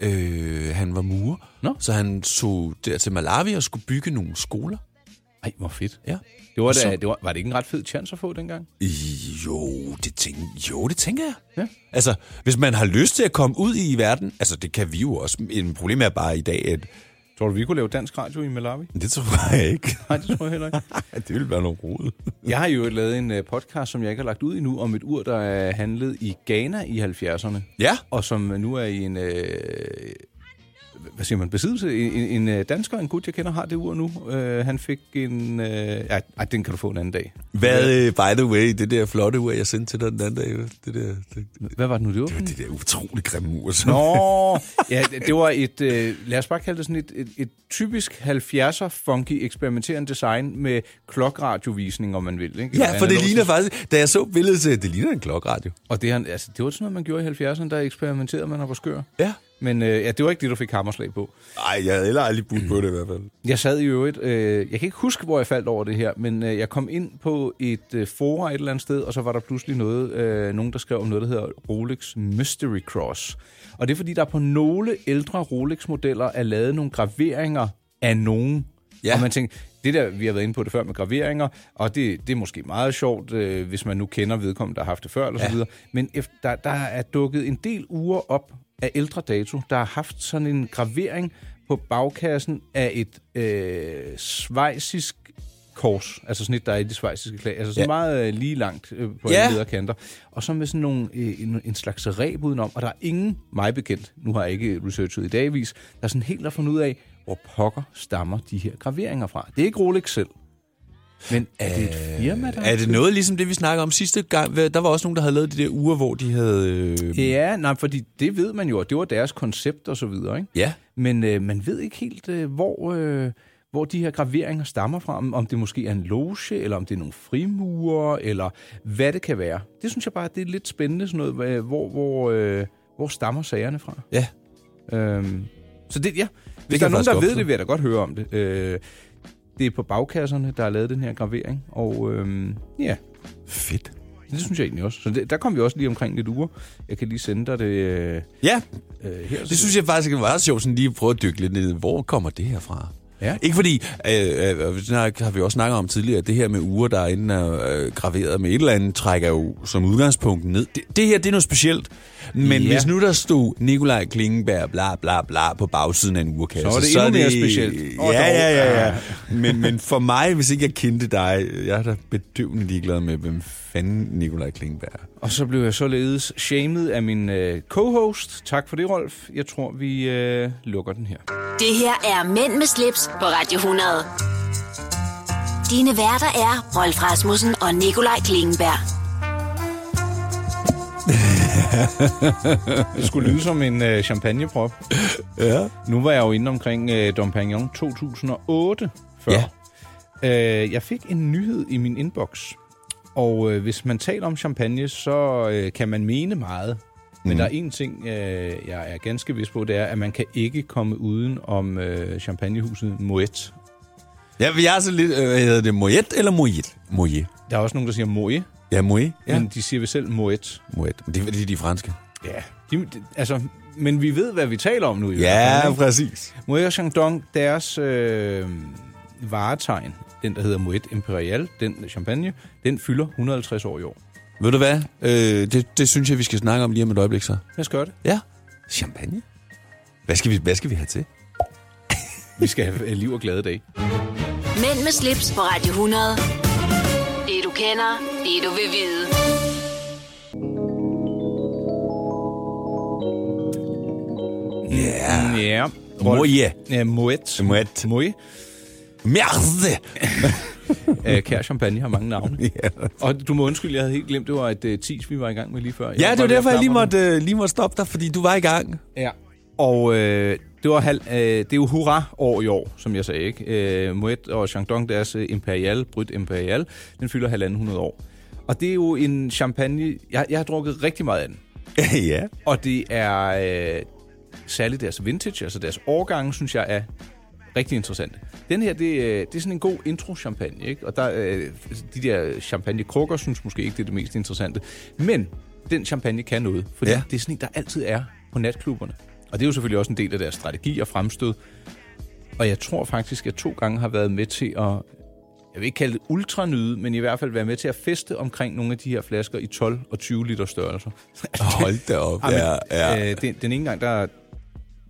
Speaker 2: Øh, han var murer,
Speaker 3: Nå.
Speaker 2: så han tog der til Malawi og skulle bygge nogle skoler.
Speaker 3: Nej, hvor fedt.
Speaker 2: Ja.
Speaker 3: Det var,
Speaker 2: Og så-
Speaker 3: da, det var, var det ikke en ret fed chance at få dengang?
Speaker 2: Jo, det, tænk, jo, det tænker jeg.
Speaker 3: Ja.
Speaker 2: Altså, hvis man har lyst til at komme ud i verden, altså det kan vi jo også. Men problemet er bare i dag, at
Speaker 3: Tror du, vi kunne lave dansk radio i Malawi?
Speaker 2: det tror jeg ikke.
Speaker 3: Nej, det tror jeg heller ikke.
Speaker 2: det ville være noget rod.
Speaker 3: Jeg har jo lavet en øh, podcast, som jeg ikke har lagt ud endnu, om et ur, der er handlet i Ghana i 70'erne,
Speaker 2: Ja.
Speaker 3: og som nu er i en... Øh, hvad siger man? Besiddelse? En, en, en øh, dansker, en gut, jeg kender, har det ur nu. Øh, han fik en... Øh, ej, ej, den kan du få en anden dag.
Speaker 2: Hvad, øh, by the way, det der flotte ur, jeg sendte til dig den anden dag, det der, det,
Speaker 3: Hvad var det nu, det var?
Speaker 2: det, det der utrolig grimme ur. Som,
Speaker 3: Nå, ja, det- det var et, øh, lad os bare kalde det sådan et, et, et typisk 70'er funky eksperimenterende design med klokradiovisning, om man vil. Ikke?
Speaker 2: ja, for det ligner faktisk, da jeg så billedet til, det ligner en klokkeradio.
Speaker 3: Og det, han, altså, det var sådan noget, man gjorde i 70'erne, der eksperimenterede man og var skør.
Speaker 2: Ja.
Speaker 3: Men øh, ja, det var ikke det, du fik hammerslag på.
Speaker 2: Nej, jeg havde heller aldrig budt på det i hvert fald.
Speaker 3: Jeg sad i øvrigt, øh, jeg kan ikke huske, hvor jeg faldt over det her, men øh, jeg kom ind på et øh, fora et eller andet sted, og så var der pludselig noget, øh, nogen, der skrev om noget, der hedder Rolex Mystery Cross. Og det er fordi, der på nogle ældre Rolex-modeller er lavet nogle graveringer af nogen.
Speaker 2: Ja.
Speaker 3: Og man tænkte, det der, vi har været inde på det før med graveringer, og det, det er måske meget sjovt, øh, hvis man nu kender vedkommende, der har haft det før, eller ja. så videre. Men efter, der, der er dukket en del uger op af ældre dato, der har haft sådan en gravering på bagkassen af et øh, svejsisk kors, altså sådan et, der er i de svejsiske klag, altså sådan ja.
Speaker 2: Ja.
Speaker 3: meget øh, lige langt øh, på
Speaker 2: Ja.
Speaker 3: ja. alle kanter, og så med sådan nogle, øh, en, en slags ræb udenom, og der er ingen, mig bekendt, nu har jeg ikke researchet i dagvis, der er sådan helt at finde ud af, hvor pokker stammer de her graveringer fra. Det er ikke Rolex selv, men øh, er det et firma, der
Speaker 2: Er det noget ligesom det, vi snakkede om sidste gang? Hvad- Der var også nogen, der havde lavet de der uger, hvor de havde... Øh...
Speaker 3: Ja, nej, fordi det ved man jo, og det var deres koncept og så videre, ikke?
Speaker 2: Ja.
Speaker 3: Men øh, man ved ikke helt, øh, hvor, øh, hvor de her graveringer stammer fra. Om, om det måske er en loge, eller om det er nogle frimurer, eller hvad det kan være. Det synes jeg bare, det er lidt spændende, sådan noget, øh, hvor, hvor, øh, hvor stammer sagerne fra.
Speaker 2: Ja.
Speaker 3: Øhm, så det, ja.
Speaker 2: kan
Speaker 3: Hvis det der er
Speaker 2: jeg
Speaker 3: nogen,
Speaker 2: faktisk
Speaker 3: der
Speaker 2: godt
Speaker 3: ved
Speaker 2: forstå.
Speaker 3: det, vil jeg da godt høre om det. Øh, det er på bagkasserne, der er lavet den her gravering, og øhm, ja,
Speaker 2: Fedt.
Speaker 3: det synes jeg egentlig også. Så det, der kom vi også lige omkring lidt uger. Jeg kan lige sende dig det øh,
Speaker 2: Ja,
Speaker 3: øh, her.
Speaker 2: det synes jeg faktisk var sjovt, sådan lige at prøve at dykke lidt ned. i, Hvor kommer det her fra?
Speaker 3: Ja.
Speaker 2: Ikke fordi, øh, øh, det har vi også snakket om tidligere, at det her med uger, der er inde og, øh, graveret med et eller andet, trækker jo som udgangspunkt ned. Det, det her, det er noget specielt. Men
Speaker 3: Ja.
Speaker 2: ja. hvis nu der stod Nikolaj Klingenberg, bla bla bla, på bagsiden af en urkasse,
Speaker 3: Så er det endnu mere specielt. Åh,
Speaker 2: Ja, ja,
Speaker 3: dog. Ah.
Speaker 2: ja.
Speaker 3: Ja.
Speaker 2: ja. men, men for mig, hvis ikke jeg kendte dig, jeg er da bedøvende ligeglad med, hvem fanden Nikolaj Klingenberg er.
Speaker 3: Og så blev jeg således shamed af min øh, co-host. Tak for det, Rolf. Jeg tror, vi øh, lukker den her.
Speaker 1: Det her er Mænd med slips på Radio 100. Dine værter er Rolf Rasmussen og Nikolaj Klingenberg.
Speaker 3: Det skulle lyde som en øh, champagneprop.
Speaker 2: Ja.
Speaker 3: Nu var jeg jo inde omkring øh, Dom Pignon 2008 før.
Speaker 2: Ja.
Speaker 3: Øh, jeg fik en nyhed i min inbox. Og øh, hvis man taler om champagne, så øh, kan man mene meget. Men
Speaker 2: Mhm.
Speaker 3: der er en ting, øh, jeg er ganske vis på, det er, at man kan ikke komme uden om øh, champagnehuset Moet.
Speaker 2: Ja, men jeg er så lidt... Øh, hvad hedder det? Moet eller Moet? Moet.
Speaker 3: Der er også nogen, der siger Moet.
Speaker 2: Ja, Moet. Ja.
Speaker 3: Men de siger vi selv Moet.
Speaker 2: Moet. Men det er fordi, de er franske.
Speaker 3: Ja. De, de, altså, men vi ved, hvad vi taler om nu. I hvert fald,
Speaker 2: Ja,
Speaker 3: ikke?
Speaker 2: præcis.
Speaker 3: Moet og Chandon, deres øh, varetegn, den der hedder Moet Imperial, den champagne, den fylder 150 år i år.
Speaker 2: Ved du hvad? Øh, det, det synes jeg, vi skal snakke om lige om et øjeblik så.
Speaker 3: Lad os gøre det.
Speaker 2: Ja. Champagne? Hvad skal vi, hvad skal vi have til?
Speaker 3: Vi skal have øh, liv og glade dag.
Speaker 1: Mænd med slips på Radio 100. Det du kender, det du vil vide.
Speaker 2: Ja.
Speaker 3: Ja.
Speaker 2: Moje.
Speaker 3: Ja, Moet.
Speaker 2: Moet.
Speaker 3: Moet.
Speaker 2: Merde!
Speaker 3: Øh, Kær Champagne har mange navne. Og du må undskylde, jeg havde helt glemt, det var et uh, tis, vi var i gang med lige før.
Speaker 2: Ja, det var derfor, jeg lige
Speaker 3: måtte...
Speaker 2: måtte, øh, lige måtte stoppe dig, fordi du var i gang.
Speaker 3: Ja. Og øh, det, var halv, øh, det er jo hurra-år i år, som jeg sagde, ikke? Øh, Moet og Chandon, deres øh, Imperial, Bryt Imperial, den fylder halvanden hundrede år. Og det er jo en champagne, jeg, jeg har drukket rigtig meget af den.
Speaker 2: ja.
Speaker 3: Og det er øh, særligt deres vintage, altså deres årgange, synes jeg er rigtig interessant. Den her, det, øh, det er sådan en god intro-champagne, ikke? Og der, øh, de der champagne-krukker synes måske ikke, det er det mest interessante. Men den champagne kan noget, fordi
Speaker 2: Ja.
Speaker 3: ja. det er sådan en, der altid er på natklubberne. Og det er jo selvfølgelig også en del af deres strategi og fremstød. Og jeg tror faktisk, at jeg to gange har været med til at jeg vil ikke kalde det ultranyde, men i hvert fald være med til at feste omkring nogle af de her flasker i 12 og 20 liter størrelser.
Speaker 2: Hold da op. Ja,
Speaker 3: Ja,
Speaker 2: ja.
Speaker 3: ja. Øh, den, den ene gang, der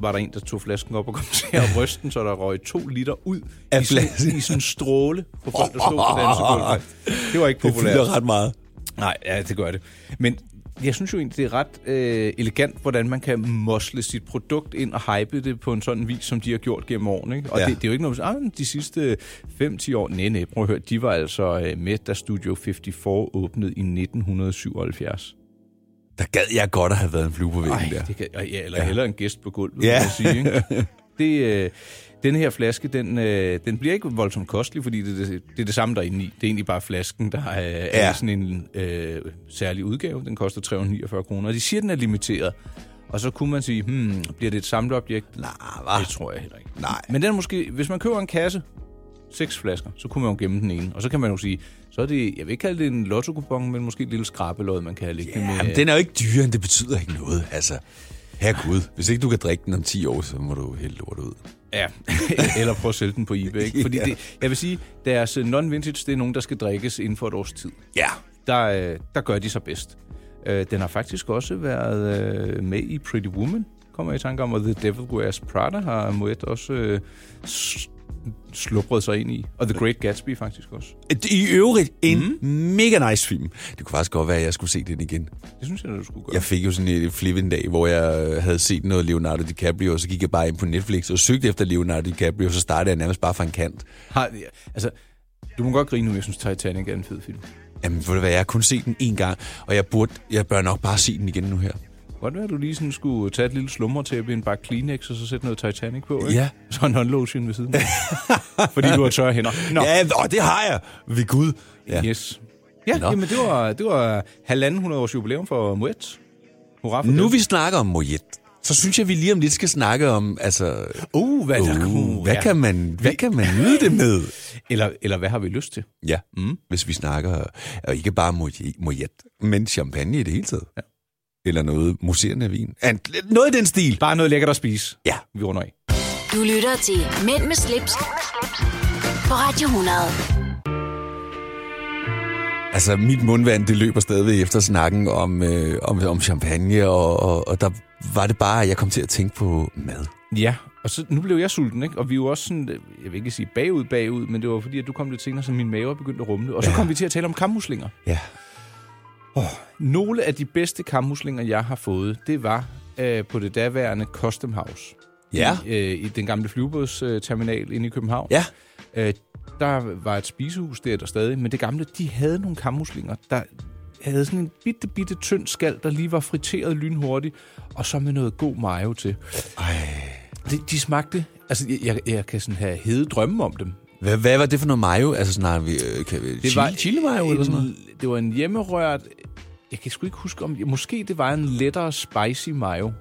Speaker 3: var der en, der tog flasken op og kom til at ryste den, så der røg to liter ud
Speaker 2: Af
Speaker 3: i, sådan,
Speaker 2: flasken?
Speaker 3: i sådan en stråle på folk, der stod på dansegulvet. Det var ikke
Speaker 2: Det
Speaker 3: populært.
Speaker 2: fylder ret meget.
Speaker 3: Nej, ja, det gør det. Men jeg synes jo egentlig, det er ret øh, elegant, hvordan man kan mosle sit produkt ind og hype det på en sådan vis, som de har gjort gennem årene. Ikke? Og
Speaker 2: Ja.
Speaker 3: ja. det, det er jo ikke noget, ah, men de sidste 5-10 år, nej, nej, prøv at høre, de var altså øh, med, da Studio 54 åbnede i 1977.
Speaker 2: Der gad jeg godt at have været en flue på væggen
Speaker 3: Ej,
Speaker 2: der.
Speaker 3: det kan, ja, eller ja. hellere en gæst på gulvet,
Speaker 2: Ja.
Speaker 3: ja. kan jeg sige. Ikke? Det, øh, den her flaske, den, øh, den bliver ikke voldsomt kostelig, fordi det, det, det er det samme, der er inde i. Det er egentlig bare flasken, der øh, ja.
Speaker 2: Ja.
Speaker 3: er i sådan en øh, særlig udgave. Den koster 349 kroner, og de siger, den er limiteret. Og så kunne man sige, hmm, bliver det et samleobjekt? Nej,
Speaker 2: hva?
Speaker 3: Det tror jeg heller ikke.
Speaker 2: Nej.
Speaker 3: Men den er måske, hvis man køber en kasse, seks flasker, så kunne man jo gemme den ene. Og så kan man jo sige, så er det, jeg vil ikke kalde det en lotto men måske et lille skrabelod, man kan have liggende med.
Speaker 2: Jamen, den er jo ikke dyrere, end det betyder ikke noget. Altså, herregud. Hvis ikke du kan drikke den om 10 år, så må du helt lort ud.
Speaker 3: Ja, eller prøv at sælge den på eBay. Ikke? Fordi
Speaker 2: Ja.
Speaker 3: det, jeg vil sige, deres øh, non-vintage, det er nogen, der skal drikkes inden for et års tid.
Speaker 2: Ja.
Speaker 3: Der, øh, der gør de sig bedst. Øh, Den har faktisk også været øh, med i Pretty Woman, kommer jeg i tanke om, og The Devil Wears Prada har Moet også øh, s- slubret sig ind i. Og The Great Gatsby faktisk også.
Speaker 2: I øvrigt, en mm. mega nice film. Det kunne faktisk godt være, at jeg skulle se den igen.
Speaker 3: Det synes jeg, du skulle gøre.
Speaker 2: Jeg fik jo sådan et flip en dag, hvor jeg øh, havde set noget Leonardo DiCaprio, og så gik jeg bare ind på Netflix og søgte efter Leonardo DiCaprio, og så startede jeg nærmest bare fra en kant.
Speaker 3: Har, altså, du må godt grine nu, jeg synes Titanic er en fed film.
Speaker 2: Jamen, ved du hvad, jeg har kun set den én gang, og jeg burde, jeg bør nok bare se den igen nu her.
Speaker 3: Godt være, at du lige sådan skulle tage et lille slumretæppe i en bakke Kleenex, og så sætte noget Titanic på, ikke?
Speaker 2: Ja.
Speaker 3: Så en håndlotion ved siden af. Fordi du har tørre hænder. Nå.
Speaker 2: Ja, og det har jeg. Ved Gud. Ja.
Speaker 3: Yes. Ja,
Speaker 2: Nå.
Speaker 3: jamen det var, det var halvanden hundrede års jubilæum for Moet. Hurra for
Speaker 2: Nu
Speaker 3: det.
Speaker 2: vi snakker om Mojet, så synes jeg, vi lige om lidt skal snakke om, altså...
Speaker 3: Uh, hvad, der,
Speaker 2: Uh, hvad,
Speaker 3: ja.
Speaker 2: kan man, hvad kan man nyde det med?
Speaker 3: Eller, eller hvad har vi lyst til?
Speaker 2: Ja, mm. hvis vi snakker, og ikke bare moje- mojet, men champagne i det hele taget. Ja. Eller noget muserende vin. And, noget i den stil.
Speaker 3: Bare noget lækkert at spise.
Speaker 2: Ja.
Speaker 3: Vi runder af.
Speaker 1: Du lytter til Mænd med slips, på Radio 100.
Speaker 2: Altså, mit mundvand, det løber stadigvæk efter snakken om, øh, om, om champagne, og, og, og der var det bare, at jeg kom til at tænke på mad.
Speaker 3: Ja, og så, nu blev jeg sulten, ikke? Og vi var også sådan, jeg vil ikke sige bagud, bagud, men det var fordi, at du kom lidt senere, så min mave begyndte at rumle. Og så
Speaker 2: Ja.
Speaker 3: ja. kom vi til at tale om kammuslinger.
Speaker 2: Ja.
Speaker 3: Nogle af de bedste kammuslinger, jeg har fået, det var øh, på det daværende Custom House.
Speaker 2: Ja.
Speaker 3: I, øh, I den gamle flyvebådsterminal inde i København.
Speaker 2: Ja.
Speaker 3: Øh, der var et spisehus der, der stadig, men det gamle, de havde nogle kammuslinger, der havde sådan en bitte, bitte tynd skal, der lige var friteret lynhurtigt, og så med noget god mayo til. Ej. De, de smagte, altså jeg, jeg, jeg kan sådan have hede drømme om dem.
Speaker 2: Hvad, hvad var det for noget mayo? Altså, snakker vi øh, kan, det chili, var, chili mayo eller sådan noget?
Speaker 3: en, Det var en hjemmerørt... Jeg kan sgu ikke huske om... Måske det var en lettere spicy mayo.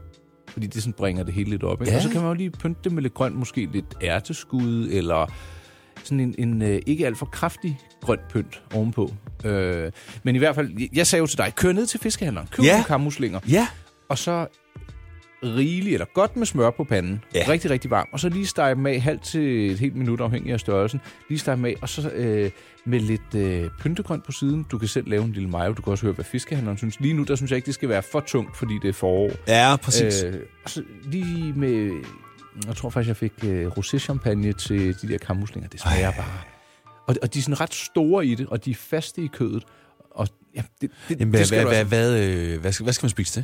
Speaker 3: Fordi det sådan bringer det hele lidt op. Ikke?
Speaker 2: Ja.
Speaker 3: Ja. Og så kan man jo lige pynte det med lidt grønt. Måske lidt ærteskud, eller sådan en, en øh, ikke alt for kraftig grøn pynt ovenpå. Øh, men i hvert fald, jeg sagde jo til dig, kør ned til fiskehandleren, køb
Speaker 2: Ja.
Speaker 3: nogle kammuslinger.
Speaker 2: Ja.
Speaker 3: Og så rigeligt, eller godt med smør på panden. Ja. Rigtig, rigtig varm. Og så lige stege dem af halvt til et helt minut, afhængig af størrelsen. Lige stege dem af, og så øh, med lidt øh, pyntegrønt på siden. Du kan selv lave en lille mayo. Du kan også høre, hvad fiskehandleren synes. Lige nu, der synes jeg ikke, det skal være for tungt, fordi det er forår.
Speaker 2: Ja, præcis.
Speaker 3: Øh, og så lige med... Jeg tror faktisk, jeg fik øh, rosé-champagne til de der kammuslinger. Det smager bare... Og, og de er sådan ret store i det, og de er faste i kødet. Og ja, det, det,
Speaker 2: Jamen,
Speaker 3: det
Speaker 2: hvad,
Speaker 3: skal
Speaker 2: hvad,
Speaker 3: du altså-
Speaker 2: hvad, hvad, øh, hvad, skal, hvad skal man spise til?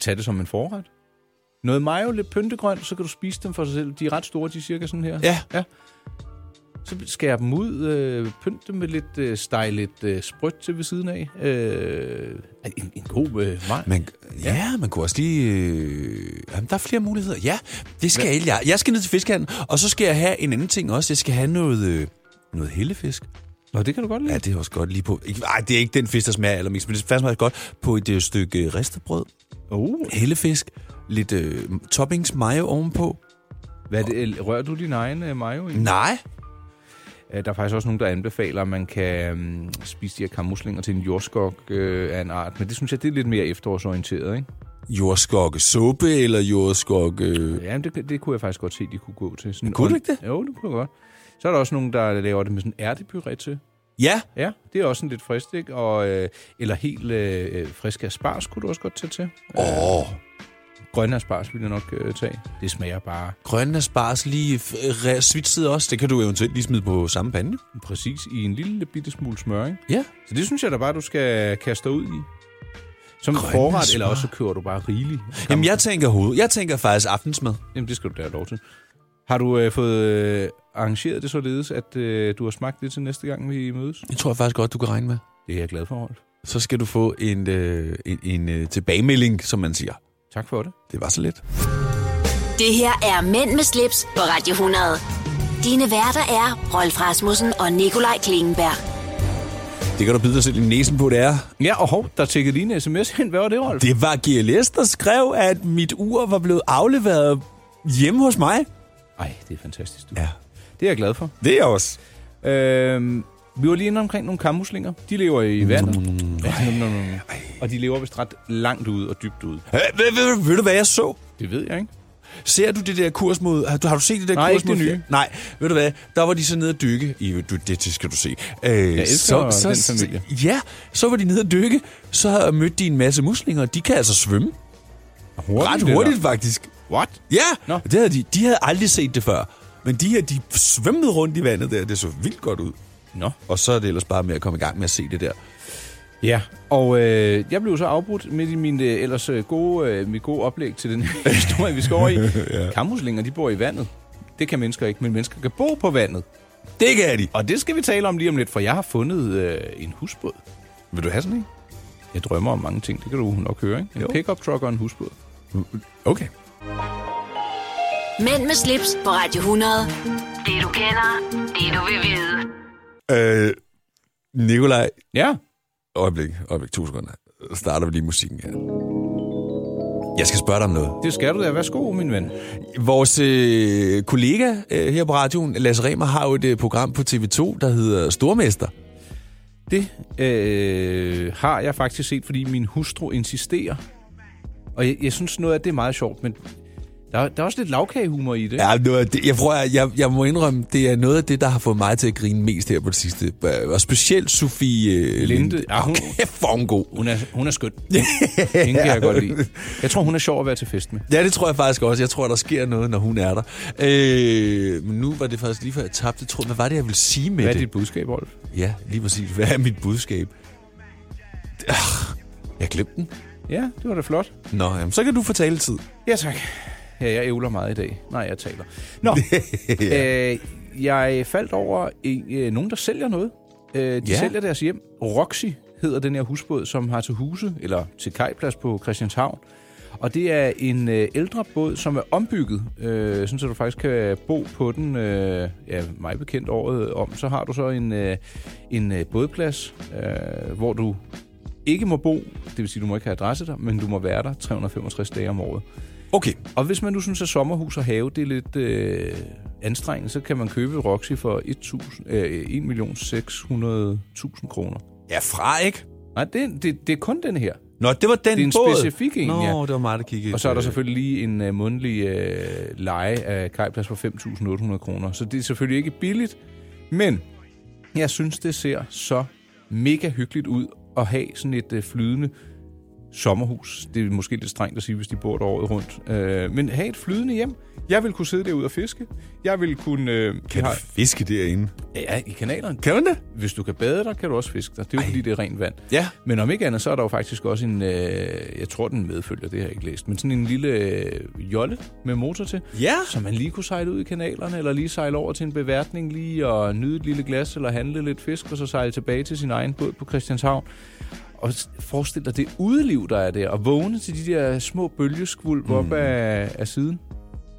Speaker 3: Tag det som en forret. Noget mayo, lidt pyntegrønt, så kan du spise dem for sig selv. De er ret store, de er cirka sådan her.
Speaker 2: Ja.
Speaker 3: ja. Så skær dem ud, øh, pynt dem med lidt, øh, steg lidt øh, sprødt til ved siden af. Øh, en, en god øh, mayo.
Speaker 2: Man, ja, ja, man kunne også lige... Øh, jamen, der er flere muligheder. Ja, det skal jeg. jeg. Jeg skal ned til fiskehandlen, og så skal jeg have en anden ting også. Jeg skal have noget, øh, noget hellefisk.
Speaker 3: Nå, det kan du godt lide.
Speaker 2: Ja, det er også godt lige på... Ikke, ej, det er ikke den fisk, der smager allermest, men det smager faktisk godt på et øh, stykke øh, ristet brød.
Speaker 3: Oh.
Speaker 2: Hellefisk. Lidt øh, toppings mayo ovenpå.
Speaker 3: Hvad er det, rører du din egen øh, mayo i?
Speaker 2: Nej.
Speaker 3: Øh, Der er faktisk også nogen, der anbefaler, at man kan mm, spise de her kammuslinger til en jordskok øh, af en art. Men det synes jeg, det er lidt mere efterårsorienteret, ikke?
Speaker 2: Jordskokke suppe eller jordskokke... Øh,
Speaker 3: Ja, men det, det kunne jeg faktisk godt se, de kunne gå til. Sådan,
Speaker 2: Kunne du
Speaker 3: og-
Speaker 2: ikke det?
Speaker 3: Jo, det kunne jeg godt. Så er der også nogen, der laver det med sådan en ærtepuré til.
Speaker 2: ja,
Speaker 3: Ja, det er også sådan lidt frisk, ikke? Og, øh, eller helt øh, øh, frisk asparges kunne du også godt tage til.
Speaker 2: Åh,
Speaker 3: Grønne asparges ville jeg nok øh, tage. Det smager bare
Speaker 2: grønne asparges lige f- øh, re- svitset også. Det kan du eventuelt lige smide på samme pande.
Speaker 3: præcis i en lille bitte smule smør, ikke?
Speaker 2: Ja.
Speaker 3: Så det synes jeg da bare, du skal kaste dig ud i. Som
Speaker 2: Grønne
Speaker 3: forret,
Speaker 2: smør.
Speaker 3: eller også så kører du bare rigeligt.
Speaker 2: Jamen, jeg tænker hoved. Jeg tænker faktisk aftensmad.
Speaker 3: Jamen, det skal du da have lov til. Har du øh, fået øh, arrangeret det således, at øh, du har smagt det til næste gang, vi mødes?
Speaker 2: Det tror jeg faktisk godt, du kan regne med.
Speaker 3: Det er jeg glad for, Rolf.
Speaker 2: Så skal du få en, øh, en, en øh, tilbagemelding, som man siger.
Speaker 3: Tak for det.
Speaker 2: Det var så lidt.
Speaker 1: Det her er Mænd med slips på Radio 100. Dine værter er Rolf Rasmussen og Nikolaj Klingenberg.
Speaker 2: Det kan du bide dig selv i næsen på, det er.
Speaker 3: Ja, og hov, der tækkede lige en sms hen. Hvad var det, Rolf?
Speaker 2: Det var GLS, der skrev, at mit ur var blevet afleveret hjemme hos mig.
Speaker 3: Ej, det er fantastisk. Du.
Speaker 2: Ja.
Speaker 3: Det er jeg glad for.
Speaker 2: Det er jeg også.
Speaker 3: Øhm, vi var lige inde omkring nogle kammuslinger. De lever i vandet. Ja, nom, nom, nom. Og de lever vist ret langt ud og dybt ud.
Speaker 2: Øh, Ved, ved, ved du, hvad jeg så?
Speaker 3: Det ved jeg ikke.
Speaker 2: Ser du det der kurs mod... Har du, har du set det der
Speaker 3: Nej,
Speaker 2: kurs
Speaker 3: ikke det
Speaker 2: mod...
Speaker 3: nye.
Speaker 2: Nej, ved du hvad? Der var de så nede at dykke. I, du, det, det skal du se. Øh, jeg
Speaker 3: elsker den familie.
Speaker 2: Ja, så var de nede at dykke. Så mødte de en masse muslinger. og De kan altså svømme.
Speaker 3: Hurtigt,
Speaker 2: Ret hurtigt, faktisk.
Speaker 3: What?
Speaker 2: Ja,
Speaker 3: Nå.
Speaker 2: det havde de. De havde aldrig set det før. Men de her, de svømmede rundt i vandet der. Det så vildt godt ud.
Speaker 3: Nå.
Speaker 2: Og så er det ellers bare med at komme i gang med at se det der.
Speaker 3: Ja, og øh, jeg blev så afbrudt midt i min øh, ellers øh, gode, øh, mit gode oplæg til den her historie, vi skal over i. ja. Kammuslinger, de bor i vandet. Det kan mennesker ikke, men mennesker kan bo på vandet.
Speaker 2: Det kan de.
Speaker 3: Og det skal vi tale om lige om lidt, for jeg har fundet øh, en husbåd.
Speaker 2: Vil du have sådan en?
Speaker 3: Jeg drømmer om mange ting, det kan du nok høre, ikke? En pickup truck og en husbåd.
Speaker 2: Okay.
Speaker 1: Mænd med slips på Radio 100. Det du kender, det du vil vide.
Speaker 2: Øh, Nikolaj,
Speaker 3: Ja,
Speaker 2: øjeblik, øjeblik, to sekunder. Så Starter vi lige musikken her. Jeg skal spørge dig om noget.
Speaker 3: det skal du da. Værsgo, min ven.
Speaker 2: Vores øh, kollega øh, her på radioen, Lasse Remer, har jo et øh, program på TV2, der hedder Stormester.
Speaker 3: Det øh, har jeg faktisk set, fordi min hustru insisterer. Og jeg, jeg synes noget af det er meget sjovt, men der, der er også lidt lavkagehumor i det.
Speaker 2: Ja, nu er det, jeg, tror, jeg, jeg, jeg må indrømme, det er noget af det, der har fået mig til at grine mest her på det sidste. Øh, Og specielt Sofie øh, Linde.
Speaker 3: Linde. Ja, hun-
Speaker 2: Okay, hvor er hun god.
Speaker 3: Hun er, hun er skøn. Hende kan jeg godt lide. Jeg tror, hun er sjov at være til fest med.
Speaker 2: Ja, det tror jeg faktisk også. Jeg tror, der sker noget, når hun er der. Øh, men nu var det faktisk lige før, jeg tabte tråden. Hvad var det, jeg ville sige med
Speaker 3: Hvad er
Speaker 2: det?
Speaker 3: dit budskab, Rolf?
Speaker 2: Ja, lige præcis. Hvad er mit budskab? Ah, Jeg glemte den.
Speaker 3: Ja, det var da flot.
Speaker 2: Nå, jamen, så kan du fortælle tid.
Speaker 3: Ja, tak. Ja, jeg ævler meget i dag. Nej, jeg taler. Nå, øh, jeg faldt over i, øh, nogen, der sælger noget. Øh, de
Speaker 2: Ja.
Speaker 3: ja. sælger deres hjem. Roxy hedder den her husbåd, som har til huse, eller til kajplads på Christianshavn. Og det er en øh, ældre båd, som er ombygget, øh, sådan så du faktisk kan bo på den, øh, ja, mig bekendt året om. Så har du så en, øh, en øh, bådplads, øh, hvor du ikke må bo, det vil sige, du må ikke have adresse der, men du må være der 365 dage om året.
Speaker 2: Okay.
Speaker 3: Og hvis man nu synes, at sommerhus og have det er lidt øh, anstrengende, så kan man købe Roxy for 1.000, øh, 1.600.000 kroner.
Speaker 2: Ja, fra ikke?
Speaker 3: Nej, det, det, det er kun den her.
Speaker 2: Nå, det var den
Speaker 3: Det er en
Speaker 2: båd.
Speaker 3: specifik en,
Speaker 2: Nå,
Speaker 3: ja.
Speaker 2: det var mig, der kiggede.
Speaker 3: Og så er der
Speaker 2: på-
Speaker 3: selvfølgelig lige en øh, mundtlig øh, leje af kajplads for 5.800 kroner. Så det er selvfølgelig ikke billigt, men jeg synes, det ser så mega hyggeligt ud at have sådan et øh, flydende sommerhus. Det er måske lidt strengt at sige, hvis de bor der året rundt. Øh, men have et flydende hjem. Jeg vil kunne sidde derude og fiske. Jeg vil kunne... Øh,
Speaker 2: Kan
Speaker 3: vi
Speaker 2: du fiske derinde?
Speaker 3: Ja, i kanalerne.
Speaker 2: Kan man det?
Speaker 3: Hvis du kan bade der, kan du også fiske der. Det er jo fordi, det er rent vand.
Speaker 2: Ja.
Speaker 3: Men om ikke andet, så er der jo faktisk også en, øh, jeg tror den medfølger, det har jeg ikke læst, men sådan en lille øh, jolle med motor til,
Speaker 2: Ja.
Speaker 3: som man lige kunne sejle ud i kanalerne, eller lige sejle over til en beværtning lige, og nyde et lille glas, eller handle lidt fisk, og så sejle tilbage til sin egen båd på Christianshavn. Og s- forestil dig det udeliv, der er der, og vågne til de der små bølgeskvulp mm. op af, af siden.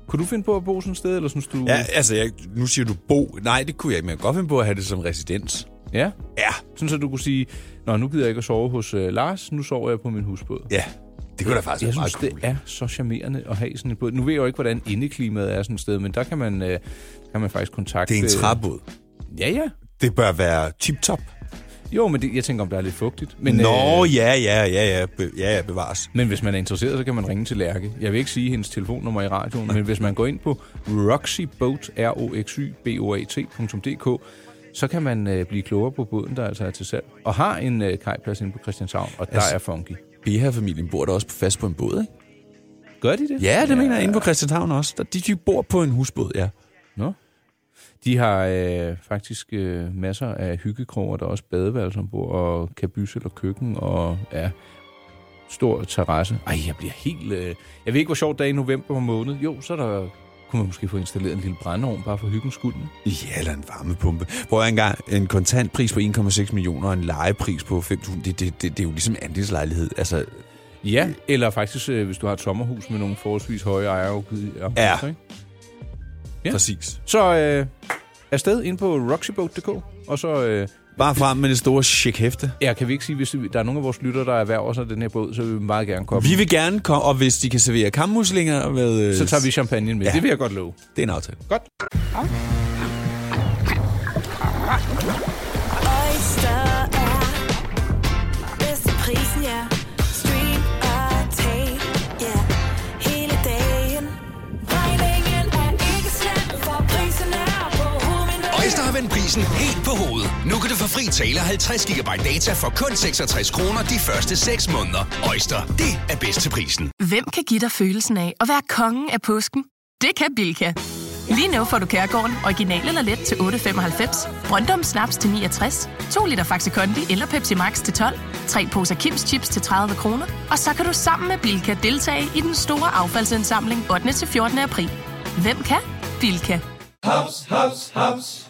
Speaker 3: Kunne du finde på at bo sådan et sted, eller synes du...
Speaker 2: Ja, altså, jeg, nu siger du bo. Nej, det kunne jeg ikke, men jeg kan godt finde på at have det som residens.
Speaker 3: ja?
Speaker 2: Ja.
Speaker 3: Sådan så du kunne sige, Nå, nu gider jeg ikke at sove hos øh, Lars, nu sover jeg på min husbåd.
Speaker 2: Ja, det kunne da faktisk
Speaker 3: Jeg
Speaker 2: være
Speaker 3: synes,
Speaker 2: meget cool.
Speaker 3: det er så charmerende at have sådan en båd. Nu ved jeg jo ikke, hvordan indeklimaet er sådan et sted, men der kan man, øh, kan man faktisk kontakte...
Speaker 2: det er en træbåd.
Speaker 3: Ja, ja.
Speaker 2: Det bør være tip-top.
Speaker 3: Jo, men det, jeg tænker, om der er lidt fugtigt. Men, øh,
Speaker 2: Nå, ja, ja, ja, ja, be, ja, ja, bevares.
Speaker 3: men hvis man er interesseret, så kan man ringe til Lærke. Jeg vil ikke sige hendes telefonnummer i radioen, men hvis man går ind på roxyboat, r o x y b o a t.dk, så kan man øh, blive klogere på båden, der altså er til salg. Og har en øh, kajplads inde på Christianshavn, og altså, der
Speaker 2: Altså-
Speaker 3: er funky.
Speaker 2: Beha-familien bor der også på fast på en båd, ikke?
Speaker 3: Gør de det?
Speaker 2: Ja, det ja. mener jeg inde på Christianshavn også. Der- De, de bor på en husbåd, ja.
Speaker 3: Nå. De har øh, faktisk øh, masser af hyggekroger, der er også badeværelser ombord, og kabysel og køkken, og ja, stor terrasse. Ej, jeg bliver helt... Øh, jeg ved ikke, hvor sjovt det er i november måned. Jo, så er der kunne man måske få installeret en lille brændeovn bare for hyggens skyld. ikke?
Speaker 2: Ja, eller en varmepumpe. Prøv at engang, en kontantpris på 1,6 millioner og en lejepris på 5.000, det, det, det, det er jo ligesom andelslejlighed. Altså,
Speaker 3: Ja, eller faktisk, øh, hvis du har et sommerhus med nogle forholdsvis høje ejerafgivelser.
Speaker 2: Ja.
Speaker 3: ikke? Ja.
Speaker 2: ja. præcis.
Speaker 3: Så øh, afsted ind på roxyboat.dk, og så... Øh,
Speaker 2: Bare frem med det store chic hæfte.
Speaker 3: ja, kan vi ikke sige, hvis der er nogen af vores lytter, der erhverver sig den her båd, så vil vi meget gerne komme.
Speaker 2: Vi vil gerne komme, og hvis de kan servere kammuslinger med... øh,
Speaker 3: Så tager vi champagne med. Ja. Det vil jeg godt love.
Speaker 2: Det er en aftale.
Speaker 3: Godt.
Speaker 12: Oyster er bedst til prisen, ja. Stream og tag, ja. Hele dagen. Regningen er ikke slem, for prisen er på
Speaker 13: Øjster har vendt prisen helt på hovedet. Nu kan du få fri tale 50 GB data for kun 66 kroner de første 6 måneder. Øjster, det er bedst til prisen.
Speaker 14: Hvem kan give dig følelsen af at være kongen af påsken? Det kan Bilka! Lige nu får du Kærgården original eller let til 8.95, Brøndum Snaps til 69, 2 liter Faxi Kondi eller Pepsi Max til 12, 3 poser Kims Chips til 30 kroner, og så kan du sammen med Bilka deltage i den store affaldsindsamling 8. til 14. april. Hvem kan? Bilka.
Speaker 15: Haps, haps, haps.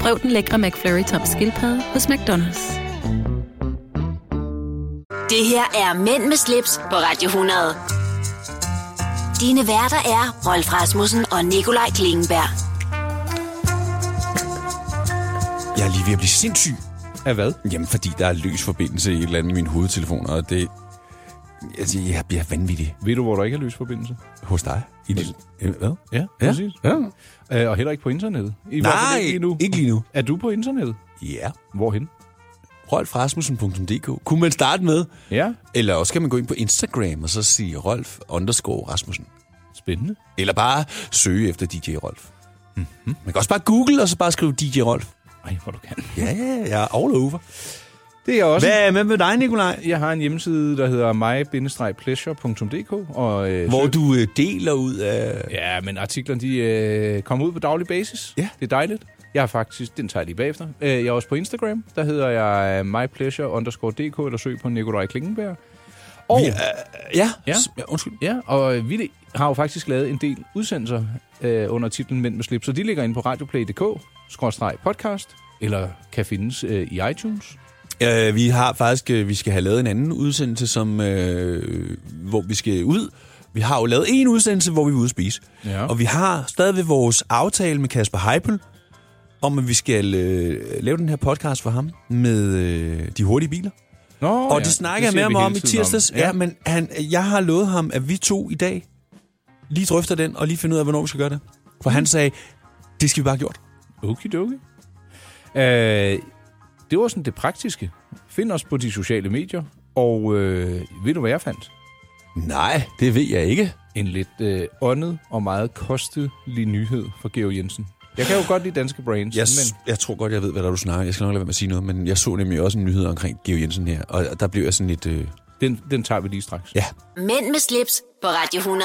Speaker 16: Prøv den lækre McFlurry tom skildpadde hos McDonald's.
Speaker 1: Det her er Mænd med slips på Radio 100. Dine værter er Rolf Rasmussen og Nikolaj Klingenberg.
Speaker 2: Jeg er lige ved at blive sindssyg.
Speaker 3: Af hvad?
Speaker 2: Jamen, fordi der er løs forbindelse i et eller andet af mine hovedtelefoner, og det... Altså, jeg bliver vanvittig.
Speaker 3: Ved du, hvor der ikke er lysforbindelse?
Speaker 2: Hos dig? I dit... Hvad?
Speaker 3: Ja, præcis. Ja. Øh, og heller ikke på internettet. I
Speaker 2: Nej,
Speaker 3: hvert fald ikke lige nu.
Speaker 2: ikke lige nu.
Speaker 3: Er du på internettet?
Speaker 2: Ja.
Speaker 3: Hvorhen?
Speaker 2: Rolfrasmussen.dk. Kunne man starte med?
Speaker 3: Ja.
Speaker 2: Eller også kan man gå ind på Instagram og så sige Rolf underscore Rasmussen.
Speaker 3: Spændende.
Speaker 2: Eller bare søge efter DJ Rolf. Mm-hmm. Man kan også bare google og så bare skrive DJ Rolf.
Speaker 3: Nej, hvor du kan.
Speaker 2: Ja, ja, jeg er all over.
Speaker 3: Det er jeg også.
Speaker 2: Hvad er med med dig, Nikolaj?
Speaker 3: Jeg har en hjemmeside, der hedder my-pleasure.dk. Og, øh,
Speaker 2: Hvor
Speaker 3: søg-
Speaker 2: du øh, deler ud af...
Speaker 3: Ja, men artiklerne, de øh, kommer ud på daglig basis. Ja. Det er dejligt. Jeg har faktisk, den tager jeg lige bagefter. Øh, jeg er øh, også på Instagram. Der hedder jeg mypleasure_dk, eller søg på Nikolaj Klingenberg. Og,
Speaker 2: Vi ja,
Speaker 3: ja, undskyld. Ja, og øh, vi har jo faktisk lavet en del udsendelser øh, under titlen Mænd med slips, så de ligger inde på radioplay.dk-podcast, eller kan findes øh, i iTunes.
Speaker 2: Øh, vi har faktisk, øh, vi skal have lavet en anden udsendelse, som, øh, hvor vi skal ud. Vi har jo lavet en udsendelse, hvor vi er ude at spise.
Speaker 3: Ja.
Speaker 2: Og vi har stadigvæk vores aftale med Kasper Heipel, om at vi skal øh, lave den her podcast for ham med øh, de hurtige biler.
Speaker 3: Nå,
Speaker 2: og
Speaker 3: ja,
Speaker 2: det snakker jeg
Speaker 3: det
Speaker 2: med
Speaker 3: siger
Speaker 2: ham
Speaker 3: vi hele
Speaker 2: om i
Speaker 3: tiden om.
Speaker 2: tirsdags.
Speaker 3: Ja.
Speaker 2: Ja. ja, men han, jeg har lovet ham, at vi to i dag lige drøfter den, og lige finder ud af, hvornår vi skal gøre det.
Speaker 3: Mm.
Speaker 2: For han sagde, det skal vi bare have gjort.
Speaker 3: Okidoki. Øh, det var sådan det praktiske. Find os på de sociale medier, og øh, ved du, hvad jeg fandt?
Speaker 2: Nej, det ved jeg ikke.
Speaker 3: En lidt øh, åndet og meget kostelig nyhed for Georg Jensen. Jeg kan jo godt lide danske brains,
Speaker 2: Jeg,
Speaker 3: men...
Speaker 2: jeg tror godt, jeg ved, hvad der er, du snakker. Jeg skal nok lade være med at sige noget, men jeg så nemlig også en nyhed omkring Geo Jensen her, og der blev jeg sådan lidt... Øh...
Speaker 3: Den, den tager vi lige straks.
Speaker 2: Ja.
Speaker 1: Mænd med slips på Radio 100.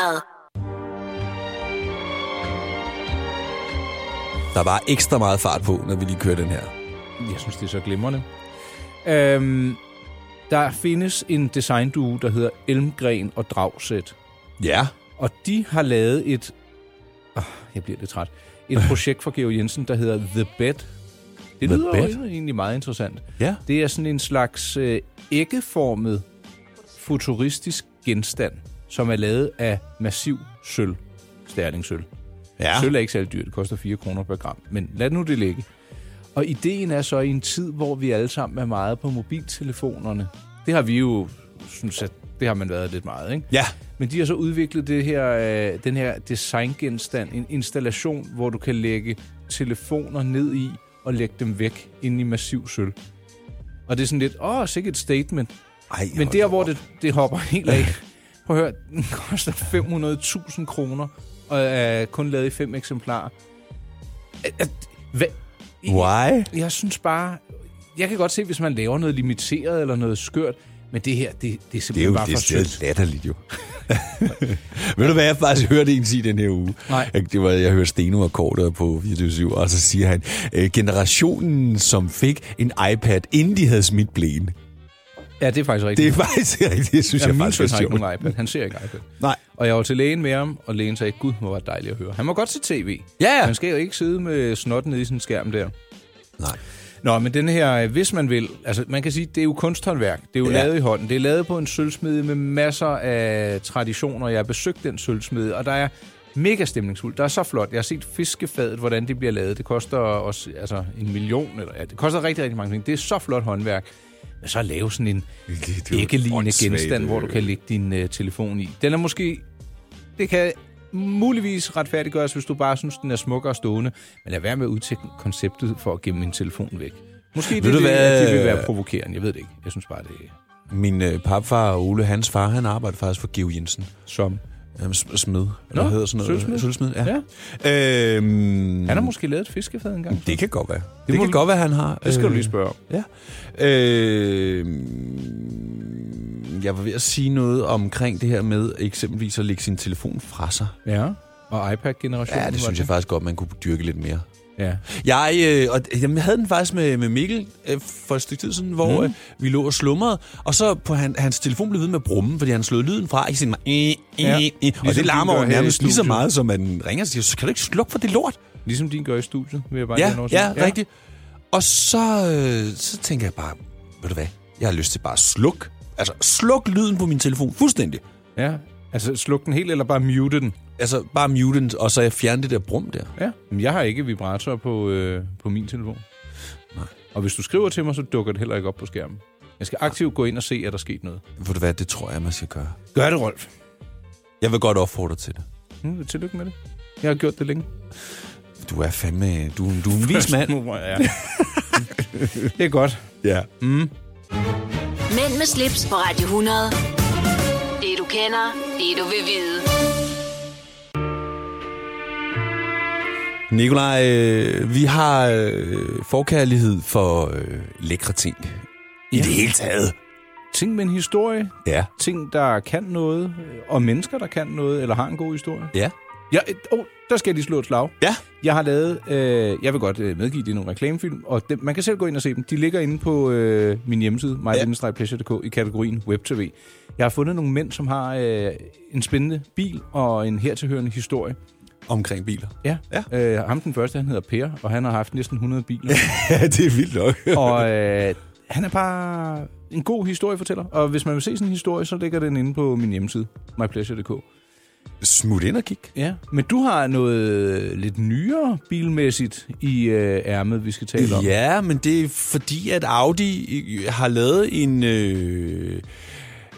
Speaker 2: Der var ekstra meget fart på, når vi lige kørte den her.
Speaker 3: Jeg synes, det er så glimrende. Øhm, der findes en designduo, der hedder Elmgren og Dragset.
Speaker 2: Ja.
Speaker 3: Og de har lavet et... Oh, jeg bliver lidt træt. Et projekt for Georg Jensen, der hedder The Bed. Det
Speaker 2: The
Speaker 3: lyder
Speaker 2: Bed?
Speaker 3: jo egentlig meget interessant.
Speaker 2: Ja.
Speaker 3: Det er sådan en slags øh, æggeformet futuristisk genstand, som er lavet af massiv sølv. Stærlingsølv.
Speaker 2: Ja.
Speaker 3: Sølv er ikke særlig dyrt. Det koster 4 kroner per gram. Men lad nu det ligge. Og ideen er så i en tid, hvor vi alle sammen er meget på mobiltelefonerne. Det har vi jo, synes at det har man været lidt meget, ikke?
Speaker 2: Ja.
Speaker 3: Men de har så udviklet det her, øh, den her designgenstand, en installation, hvor du kan lægge telefoner ned i og lægge dem væk ind i massiv sølv. Og det er sådan lidt, åh, sikkert et statement.
Speaker 2: Ej,
Speaker 3: Men der, hvor det, det hopper helt af, prøv at høre, den koster 500.000 kroner, og er kun lavet i fem eksemplarer. At- at- Hvad?
Speaker 2: Why?
Speaker 3: Jeg synes bare, jeg kan godt se, hvis man laver noget limiteret eller noget skørt, men det her, det, det er simpelthen
Speaker 2: Det er jo
Speaker 3: bare for
Speaker 2: det
Speaker 3: sødt.
Speaker 2: sted latterligt jo. Ved du, hvad jeg faktisk hørte en sige den her uge?
Speaker 3: Nej.
Speaker 2: Jeg, det var, jeg hørte Steno og Korter på 24 og så siger han, øh, generationen, som fik en iPad, inden de havde smidt blæen.
Speaker 3: Ja, det er faktisk rigtigt.
Speaker 2: Det er faktisk rigtigt. Det synes
Speaker 3: ja,
Speaker 2: jeg
Speaker 3: min
Speaker 2: faktisk
Speaker 3: søn
Speaker 2: er
Speaker 3: har ikke
Speaker 2: sjovt.
Speaker 3: nogen iPad. Han ser ikke iPad.
Speaker 2: Nej.
Speaker 3: Og jeg var til lægen med ham, og lægen sagde, gud, hvor var det dejligt at høre. Han må godt se tv.
Speaker 2: Ja, ja.
Speaker 3: Han skal jo ikke sidde med snotten nede i sin skærm der.
Speaker 2: Nej.
Speaker 3: Nå, men den her, øh, hvis man vil, altså man kan sige, det er jo kunsthåndværk. Det er jo
Speaker 2: Ja.
Speaker 3: ja. lavet i hånden. Det er lavet på en sølvsmede med masser af traditioner. Jeg har besøgt den sølvsmede, og der er mega stemningsfuldt. Der er så flot. Jeg har set fiskefadet, hvordan det bliver lavet. Det koster også altså, en million. Eller, ja, det koster rigtig, rigtig mange penge. Det er så flot håndværk. Men så at lave sådan en
Speaker 2: jo
Speaker 3: æggelignende
Speaker 2: åndssvagt,
Speaker 3: genstand, hvor du
Speaker 2: øh.
Speaker 3: kan lægge din uh, telefon i. Den er måske... Det kan muligvis retfærdiggøres, hvis du bare synes, den er smuk og stående. Men lad være med at udtænke konceptet for at gemme min telefon væk. Måske det,
Speaker 2: Ved du
Speaker 3: det,
Speaker 2: hvad?
Speaker 3: det vil være provokerende. Jeg ved det ikke. Jeg synes bare, det er...
Speaker 2: Min øh, papfar Ole, hans far, han arbejder faktisk for Geo Jensen.
Speaker 3: Som?
Speaker 2: Jamen, sm- smed. Eller hedder sådan noget?
Speaker 3: sølvsmed.
Speaker 2: Sølvsmed, ja. ja. Øhm,
Speaker 3: Han har måske lavet et fiskefad engang.
Speaker 2: Det kan godt være. Det,
Speaker 3: må
Speaker 2: det kan
Speaker 3: du-
Speaker 2: godt være, han har.
Speaker 3: Det skal du
Speaker 2: Øh,
Speaker 3: lige spørge om.
Speaker 2: Ja. Øh, jeg var ved at sige noget omkring det her med eksempelvis at lægge sin telefon fra sig.
Speaker 3: Ja, og iPad-generationen.
Speaker 2: Ja, det
Speaker 3: var
Speaker 2: synes jeg faktisk godt, man kunne dyrke lidt mere.
Speaker 3: Ja.
Speaker 2: Jeg, øh, og, jamen, jeg havde den faktisk med, med Mikkel øh, for et stykke tid siden, hvor
Speaker 3: Mm.
Speaker 2: mm. øh, vi lå og slumrede, og så på han, hans telefon blev ved med at brumme, fordi han slog lyden fra, i sin, øh, øh,
Speaker 3: Ja,
Speaker 2: øh,
Speaker 3: ligesom
Speaker 2: og det larmer
Speaker 3: vi
Speaker 2: jo
Speaker 3: gør her i
Speaker 2: nærmest lige så
Speaker 3: studiet.
Speaker 2: meget, som man ringer og siger, så kan du ikke slukke for det lort?
Speaker 3: Ligesom din gør i studiet, vil jeg bare lige
Speaker 2: Ja,
Speaker 3: have noget at
Speaker 2: ja,
Speaker 3: sige.
Speaker 2: ja, rigtigt. Og så, øh, så tænker jeg bare, ved du hvad, jeg har lyst til bare at slukke, altså sluk lyden på min telefon fuldstændig.
Speaker 3: Ja, altså sluk den helt, eller bare mute den?
Speaker 2: Altså bare mute den, og så jeg fjerne det der brum der.
Speaker 3: Ja, men jeg har ikke vibrator på, øh, på min telefon.
Speaker 2: Nej.
Speaker 3: Og hvis du skriver til mig, så dukker det heller ikke op på skærmen. Jeg skal aktivt gå ind og se, at der er sket noget.
Speaker 2: Ved du hvad, det tror jeg, man skal gøre.
Speaker 3: Gør det, Rolf.
Speaker 2: Jeg vil godt opfordre til det.
Speaker 3: Mm, tillykke med det. Jeg har gjort det længe.
Speaker 2: Du er fandme, du, du er en vis mand.
Speaker 3: Ja. det er godt.
Speaker 2: Ja.
Speaker 3: Mm.
Speaker 1: Mænd med slips på Radio 100. Det du kender, det du vil vide.
Speaker 2: Nikolaj, øh, vi har øh, forkærlighed for øh, lækre ting. I det hele taget.
Speaker 3: Ting med en historie.
Speaker 2: Ja.
Speaker 3: Ting, der kan noget. øh, Og mennesker, der kan noget, eller har en god historie.
Speaker 2: Ja.
Speaker 3: Ja, øh, oh, der skal jeg lige slå et slag.
Speaker 2: Ja.
Speaker 3: Jeg har lavet, øh, jeg vil godt øh, medgive, det er nogle reklamefilm, og dem, man kan selv gå ind og se dem. De ligger inde på øh, min hjemmeside, myvindestrejpleasure.dk, i kategorien WebTV. Jeg har fundet nogle mænd, som har øh, en spændende bil og en hertilhørende historie.
Speaker 2: Omkring biler?
Speaker 3: Ja. ja. Øh, ham den første, han hedder Per, og han har haft næsten 100 biler.
Speaker 2: Ja, det er vildt nok.
Speaker 3: og øh, han er bare en god historiefortæller. Og hvis man vil se sådan en historie, så ligger den inde på min hjemmeside, mypleasure.dk.
Speaker 2: Smut ind og kig.
Speaker 3: Ja, men du har noget lidt nyere bilmæssigt i øh, ærmet, vi skal tale om.
Speaker 2: Ja, men det er fordi, at Audi øh, har lavet en... Øh,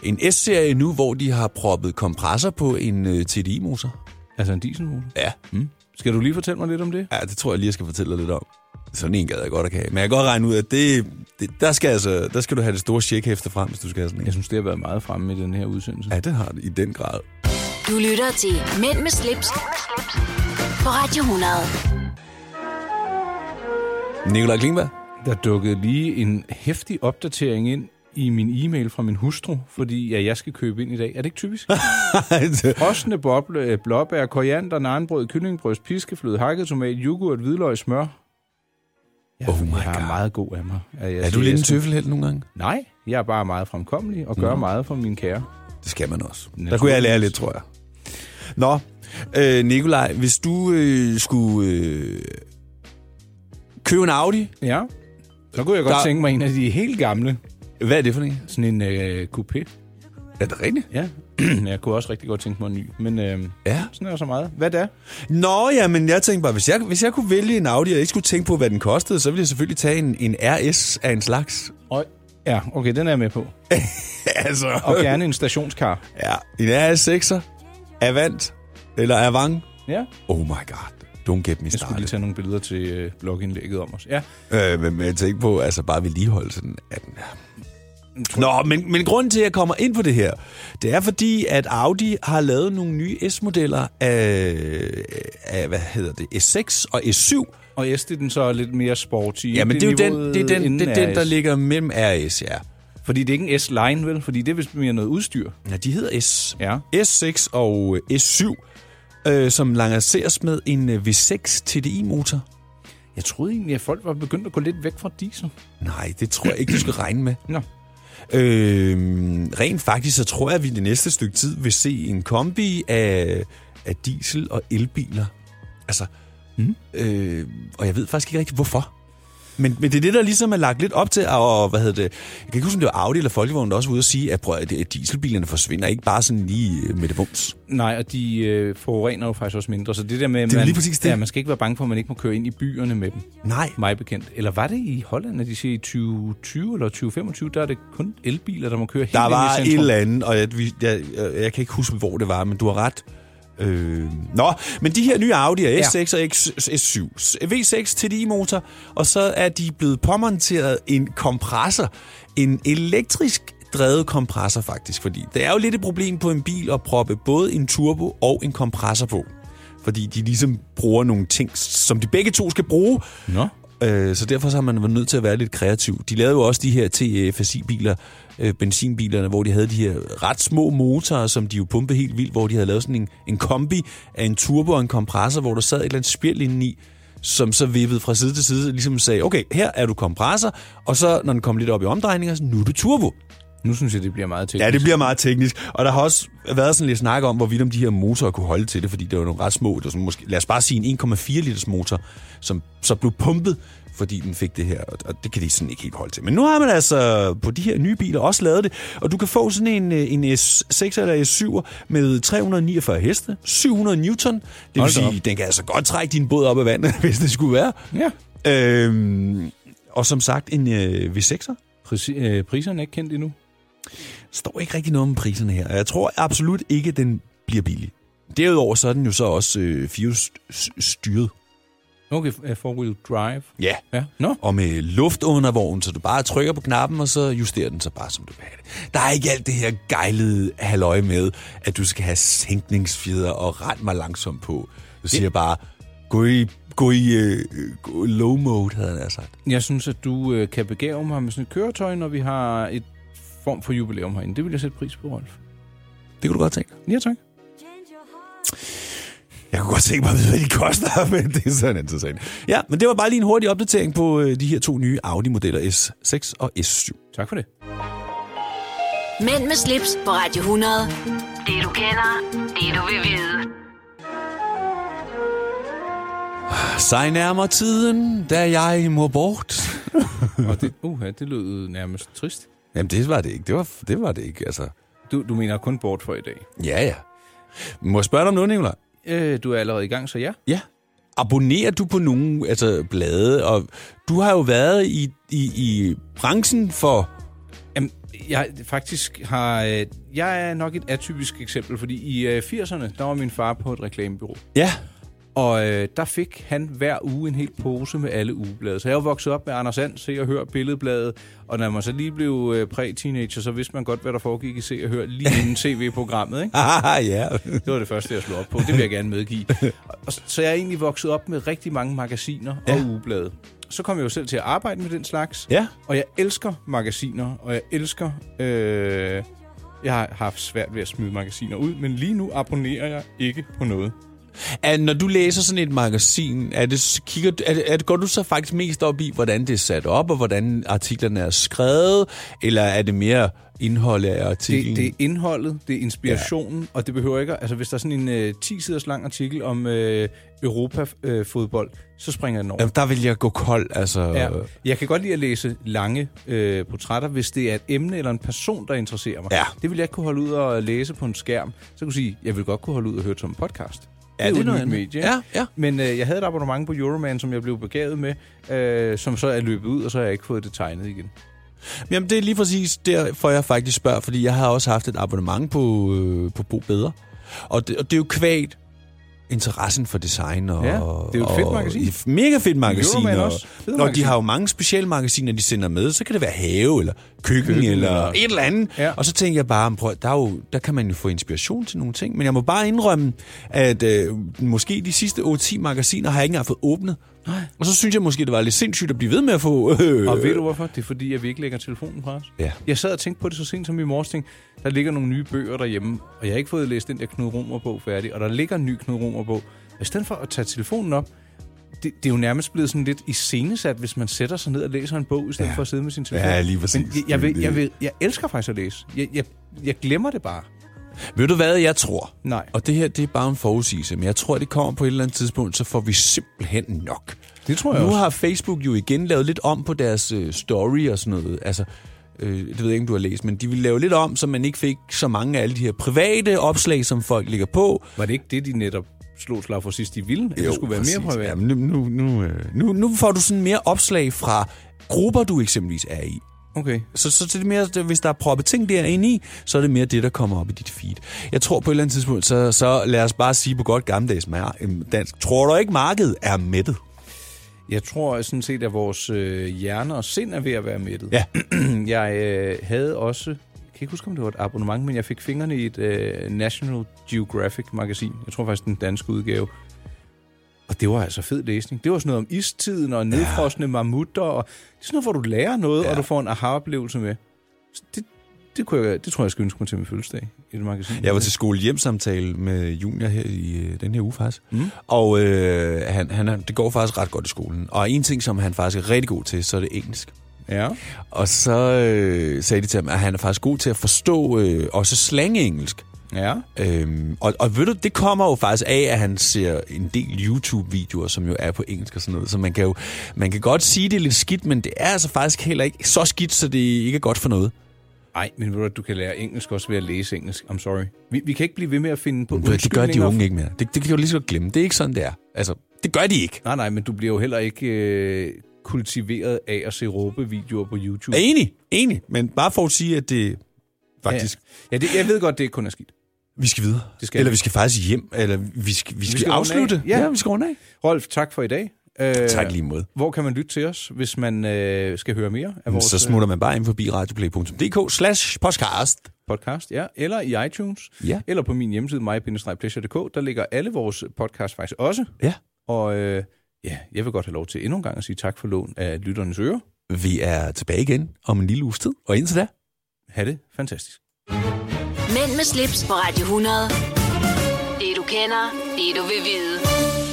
Speaker 2: en S-serie nu, hvor de har proppet kompressor på en øh, TDI-motor.
Speaker 3: Altså en dieselmotor?
Speaker 2: Ja.
Speaker 3: Mm. Skal du lige fortælle mig lidt om det?
Speaker 2: Ja, det tror jeg lige, jeg skal fortælle dig lidt om. Sådan en gad jeg godt at have. Men jeg kan godt regne ud, at det, det, der, skal altså, der skal du have det store checkhæfte frem, hvis du skal have sådan en.
Speaker 3: Jeg synes, det har været meget fremme i den her udsendelse.
Speaker 2: Ja, det har det i den grad.
Speaker 1: Du lytter til Mænd med slips, på Radio 100.
Speaker 2: Nikolaj Klingberg?
Speaker 3: Der dukkede lige en hæftig opdatering ind i min e-mail fra min hustru, fordi ja, jeg skal købe ind i dag. Er det ikke typisk? Frosne boble, øh, blåbær, koriander, narnbrød, kyllingbryst, piskefløde, hakket tomat, yoghurt, hvidløg, smør. Ja, oh my jeg er meget god af mig. Ja, Jeg
Speaker 2: Er du
Speaker 3: siger,
Speaker 2: lidt en
Speaker 3: jeg skal-
Speaker 2: tøffelhelt nogle gange?
Speaker 3: Nej, jeg er bare meget fremkommelig og gør
Speaker 2: Nå.
Speaker 3: meget for mine kære.
Speaker 2: Det skal man også. Der kunne jeg lære lidt, tror jeg. Nå, øh, Nikolaj, hvis du øh, skulle øh, købe en Audi...
Speaker 3: Ja, så kunne jeg godt
Speaker 2: Der-
Speaker 3: tænke mig en af de helt gamle.
Speaker 2: Hvad er det for en?
Speaker 3: Sådan en øh, coupé.
Speaker 2: Er det rigtigt?
Speaker 3: Ja, jeg kunne også rigtig godt tænke mig en ny. Men øh,
Speaker 2: Ja.
Speaker 3: sådan er der så meget. Hvad da?
Speaker 2: Nå, ja, men jeg tænkte bare, hvis jeg, hvis jeg kunne vælge en Audi, og ikke skulle tænke på, hvad den kostede, så ville jeg selvfølgelig tage en, en RS af en slags.
Speaker 3: Og, ja, okay, den er jeg med på.
Speaker 2: altså.
Speaker 3: Og gerne en stationskar.
Speaker 2: Ja, en RS6'er, Avant, eller Avant.
Speaker 3: Ja.
Speaker 2: Oh my god, don't get me
Speaker 3: Jeg skulle lige
Speaker 2: started.
Speaker 3: tage nogle billeder til øh, blogindlægget om os. Ja.
Speaker 2: Øh, men, men jeg tænkte på, altså bare vedligeholdelsen af den her. Nå, men, men grunden til, at jeg kommer ind på det her, det er fordi, at Audi har lavet nogle nye S-modeller af, af hvad hedder det, S6 og S7.
Speaker 3: Og S, det er den så lidt mere sporty.
Speaker 2: Ja, men det, er jo den, det er den, det er den der ligger
Speaker 3: ligger...
Speaker 2: mellem RS, ja.
Speaker 3: Fordi det er ikke en S-line, vel? Fordi det er vist mere noget udstyr.
Speaker 2: Ja, de hedder S.
Speaker 3: Ja.
Speaker 2: S6 og øh, S7, øh, som lanceres med en øh, V6 TDI-motor.
Speaker 3: Jeg troede egentlig, at folk var begyndt at gå lidt væk fra diesel.
Speaker 2: Nej, det tror jeg ikke, du skal regne med.
Speaker 3: Nå.
Speaker 2: Øh, rent faktisk, så tror jeg, at vi det næste stykke tid vil se en kombi af, af diesel- og elbiler. Altså, mm. øh, og jeg ved faktisk ikke rigtig, hvorfor. Men, men det er det, der ligesom er lagt lidt op til, og, og hvad hedder det, jeg kan ikke huske, om det var Audi eller Folkevogn, der også var ude at sige, at, prøv, at øh, dieselbilerne forsvinder ikke bare sådan lige øh, med det bums.
Speaker 3: Nej, og de øh, forurener jo faktisk også mindre. Så det der med, at
Speaker 2: Det er
Speaker 3: man,
Speaker 2: lige præcis det.
Speaker 3: Ja, man skal ikke være bange for, at man ikke må køre ind i byerne med dem.
Speaker 2: Nej.
Speaker 3: Mig bekendt. Eller var det i Holland, at de siger i 2020 eller 2025, der er det kun elbiler, der må køre helt
Speaker 2: Der var
Speaker 3: ind i
Speaker 2: et
Speaker 3: centrum.
Speaker 2: eller andet, og jeg, vi- jeg, jeg, jeg kan ikke huske, hvor det var, men du har ret. Øh, nå, men de her nye Audi er
Speaker 3: Ja.
Speaker 2: S6 og X, S7. V6 TDI-motor, og så er de blevet påmonteret en kompressor. En elektrisk drevet kompressor faktisk, fordi det er jo lidt et problem på en bil at proppe både en turbo og en kompressor på. Fordi de ligesom bruger nogle ting, som de begge to skal bruge,
Speaker 3: Nå.
Speaker 2: Øh, så derfor så har man været nødt til at være lidt kreativ. De lavede jo også de her TFSI-biler, øh, benzinbilerne, hvor de havde de her ret små motorer, som de jo pumpede helt vildt, hvor de havde lavet sådan en, en kombi af en turbo og en kompressor, hvor der sad et eller andet spjæld indeni, som så vippede fra side til side, og ligesom sagde, okay, her er du kompressor, og så når den kom lidt op i omdrejninger, så nu er du turbo.
Speaker 3: Nu synes jeg, det bliver meget teknisk.
Speaker 2: Ja, det bliver meget teknisk. Og der har også været sådan lidt snak om, hvorvidt om de her motorer kunne holde til det, fordi det var nogle ret små, det var sådan måske, lad os bare sige en 1,4 liters motor, som så blev pumpet, fordi den fik det her, og- og det kan de sådan ikke helt holde til. Men nu har man altså på de her nye biler også lavet det, og du kan få sådan en, øh, en S6 eller S7 med 349 heste, 700 newton, det vil
Speaker 3: Hold da
Speaker 2: sige, den kan altså godt trække din båd op af vandet, hvis det skulle være.
Speaker 3: Ja.
Speaker 2: Øhm, og som sagt, en øh, V6'er.
Speaker 3: Præcis, øh, priserne er ikke kendt endnu.
Speaker 2: står ikke rigtig noget om priserne her. Jeg tror absolut ikke, at den bliver billig. Derudover så er den jo så også øh, firehjulsstyret.
Speaker 3: Okay, øh, four-wheel drive.
Speaker 2: Ja.
Speaker 3: Ja. Nå.
Speaker 2: Og med luft under vognen, så du bare trykker på knappen, og så justerer den sig bare, som du vil have det. Der er ikke alt det her gejlede halløj med, at du skal have sænkningsfjeder og rent mig langsomt på. Du siger bare, gå i, gå i øh, gå i low mode, havde han altså sagt.
Speaker 3: Jeg synes, at du øh, kan begave mig med sådan et køretøj, når vi har et form for jubilæum herinde. Det vil jeg sætte pris på, Rolf.
Speaker 2: Det kunne du godt tænke.
Speaker 3: Ja, tak.
Speaker 2: Jeg kunne godt tænke mig at vide, hvad de koster, men det er sådan en sag. Ja, men det var bare lige en hurtig opdatering på øh, de her to nye Audi-modeller S6 og S7.
Speaker 3: Tak for det.
Speaker 1: Mænd med slips på Radio 100. Det du kender, det du vil vide.
Speaker 2: Sig nærmer tiden, da jeg må bort.
Speaker 3: Og det, uh, det lød nærmest trist.
Speaker 2: Jamen, det var det ikke. Det var det, var det ikke, altså.
Speaker 3: Du, du mener kun bort for i dag?
Speaker 2: Ja, ja. Må jeg spørge dig om noget, Nicolaj?
Speaker 3: Øh, du er allerede i gang, så ja.
Speaker 2: Ja. Abonnerer du på nogle altså, blade? Og du har jo været i, i, i branchen for...
Speaker 3: Jamen, jeg faktisk har... øh, Jeg er nok et atypisk eksempel, fordi i øh, 80'erne, der var min far på et reklamebureau.
Speaker 2: Ja.
Speaker 3: Og øh, der fik han hver uge en hel pose med alle ugeblade. Så jeg var vokset op med Anders Sand, Se og Hør, Billedbladet. Og når man så lige blev øh, præ-teenager, så vidste man godt, hvad der foregik i Se og Hør lige inden tv-programmet. Ikke?
Speaker 2: Ah, ja.
Speaker 3: Det var det første, jeg slog op på. Det vil jeg gerne medgive. Og s- Så jeg er egentlig vokset op med rigtig mange magasiner og
Speaker 2: Ja.
Speaker 3: ugeblade. Så kom jeg jo selv til at arbejde med den slags.
Speaker 2: Ja.
Speaker 3: Og jeg elsker magasiner, og jeg elsker... Øh, jeg har haft svært ved at smide magasiner ud, men lige nu abonnerer jeg ikke på noget.
Speaker 2: Er, når du læser sådan et magasin, er det, kigger, du- er, det- er det, går du så faktisk mest op i, hvordan det er sat op, og hvordan artiklerne er skrevet? Eller er det mere indholdet af artiklen?
Speaker 3: Det, det er indholdet, det er inspirationen, ja. og det behøver ikke... at- Altså, hvis der er sådan en øh, 10-siders lang artikel om øh, Europa-fodbold, øh, fodbold, så springer jeg den over.
Speaker 2: Jamen, der vil jeg gå kold, altså...
Speaker 3: Ja. Jeg kan godt lide at læse lange øh, portrætter, hvis det er et emne eller en person, der interesserer mig.
Speaker 2: Ja.
Speaker 3: Det vil jeg ikke kunne holde ud og læse på en skærm. Så kan du sige, jeg vil godt kunne holde ud og høre som en podcast.
Speaker 2: Ja,
Speaker 3: jo
Speaker 2: det er
Speaker 3: et
Speaker 2: noget
Speaker 3: nyt
Speaker 2: andet.
Speaker 3: medie.
Speaker 2: Ja, ja.
Speaker 3: Men øh, jeg havde et abonnement på Euroman, som jeg blev begavet med, øh, som så er løbet ud, og så har jeg ikke fået det tegnet igen.
Speaker 2: Jamen, det er lige præcis derfor, jeg faktisk spørger, fordi jeg har også haft et abonnement på, øh, på Bo Bedre. Og det, og det er jo kvægt interessen for design. Og,
Speaker 3: Ja, det er jo et fedt
Speaker 2: og-
Speaker 3: magasin.
Speaker 2: et Mega fedt magasin.
Speaker 3: Euroman
Speaker 2: og,
Speaker 3: også. Fed
Speaker 2: og de
Speaker 3: magasin.
Speaker 2: har jo mange specielle magasiner, de sender med. Så kan det være have, eller køkken, køkken eller, eller et eller andet. Ja. Og så tænker jeg bare, "Men prøv, der, er jo, der kan man jo få inspiration til nogle ting. Men jeg må bare indrømme, at øh, måske de sidste 8-10 magasiner har jeg ikke engang fået åbnet. Nej. Og så synes jeg måske, det var lidt sindssygt at blive ved med at få... Øh,
Speaker 3: Og ved du hvorfor? Det er fordi, at vi ikke lægger telefonen fra os.
Speaker 2: Ja.
Speaker 3: Jeg sad og tænkte på det så sent som i morges, tænkte, der ligger nogle nye bøger derhjemme, og jeg har ikke fået læst den der Knud Romer-bog færdig, og der ligger en ny Knud Romer-bog. Og i stedet for at tage telefonen op, det, det er jo nærmest blevet sådan lidt iscenesat, hvis man sætter sig ned og læser en bog, i stedet ja. for at sidde med sin telefon.
Speaker 2: Ja, lige præcis.
Speaker 3: Men jeg, jeg, vil, jeg, vil, jeg elsker faktisk at læse. Jeg, jeg, jeg glemmer det bare.
Speaker 2: Ved du hvad, jeg tror?
Speaker 3: Nej.
Speaker 2: Og det her, det er bare en forudsigelse, men jeg tror, det kommer på et eller andet tidspunkt, så får vi simpelthen nok.
Speaker 3: Det tror jeg
Speaker 2: nu
Speaker 3: også.
Speaker 2: har Facebook jo igen lavet lidt om på deres øh, story og sådan noget. Altså, øh, det ved jeg ikke, om du har læst, men de ville lave lidt om, så man ikke fik så mange af alle de her private opslag, som folk ligger på.
Speaker 3: Var det ikke det, de netop slog slag for sidst, de ville? At det skulle være mere privat?
Speaker 2: Jamen, nu, nu, nu, øh, nu, nu får du sådan mere opslag fra grupper, du eksempelvis er i.
Speaker 3: Okay.
Speaker 2: Så, så det er mere, det- hvis der er proppet ting derinde i, så er det mere det, der kommer op i dit feed. Jeg tror på et eller andet tidspunkt, så, så lad os bare sige på godt gammeldags mar- øhm, dansk, tror du ikke, markedet er mættet?
Speaker 3: Jeg tror sådan set, at vores øh, hjerner og sind er ved at være mættet.
Speaker 2: Ja.
Speaker 3: jeg øh, havde også, jeg kan ikke huske, om det var et abonnement, men jeg fik fingrene i et øh, National Geographic-magasin. Jeg tror faktisk, den danske udgave. Og det var altså fed læsning. Det var sådan noget om istiden og nedfrosne ja. mammutter. Og det er sådan noget, hvor du lærer noget, ja. og du får en aha-oplevelse med. Så Det, det, kunne jeg, det tror jeg, jeg skal ønske mig til min fødselsdag i et magasin.
Speaker 2: Jeg var til skole-hjem-samtale med Junior her i øh, den her uge faktisk. Mm. Og øh, han, han, er- det går faktisk ret godt i skolen. Og en ting, som han faktisk er rigtig god til, så er det engelsk.
Speaker 3: Ja.
Speaker 2: Og så øh, sagde de til ham, at han er faktisk god til at forstå øh, også slangengelsk.
Speaker 3: Ja.
Speaker 2: Øhm, og, og ved du, det kommer jo faktisk af, at han ser en del YouTube-videoer, som jo er på engelsk og sådan noget. Så man kan jo man kan godt sige, det er lidt skidt, men det er altså faktisk heller ikke så skidt, så det ikke er godt for noget.
Speaker 3: Nej, men ved du, hvad, du kan lære engelsk også ved at læse engelsk. I'm sorry. Vi, vi kan ikke blive ved med at finde på
Speaker 2: Det, det gør de
Speaker 3: undskyldninger
Speaker 2: unge ikke mere. Det, det kan du lige så godt glemme. Det er ikke sådan, det er. Altså, det gør de ikke.
Speaker 3: Nej, nej, men du bliver jo heller ikke øh, kultiveret af at se råbevideoer på YouTube.
Speaker 2: Er enig, enig. Men bare for at sige, at det faktisk...
Speaker 3: Ja, ja det, jeg ved godt, det ikke kun er skidt.
Speaker 2: Vi skal videre.
Speaker 3: Det skal
Speaker 2: Eller
Speaker 3: vi.
Speaker 2: vi skal faktisk hjem. Eller vi skal, vi skal, vi skal
Speaker 3: runde af.
Speaker 2: afslutte.
Speaker 3: Ja.
Speaker 2: ja, vi skal runde af.
Speaker 3: Rolf, tak for i dag. Øh,
Speaker 2: Tak lige måde.
Speaker 3: Hvor kan man lytte til os, hvis man øh, skal høre mere af vores
Speaker 2: Så smutter man bare ind forbi radioplay.dk slash podcast.
Speaker 3: øh, podcast? Ja, eller i iTunes,
Speaker 2: Ja.
Speaker 3: eller på min hjemmeside, my-pleasure.dk. Der ligger alle vores podcast faktisk også.
Speaker 2: Ja.
Speaker 3: Og øh, ja, jeg vil godt have lov til endnu en gang at sige tak for lån af lytternes ører.
Speaker 2: Vi er tilbage igen om en lille uges tid. Og indtil da...
Speaker 3: Ha' det fantastisk.
Speaker 1: Mænd med slips på Radio 100. Det du kender det, du vil vide.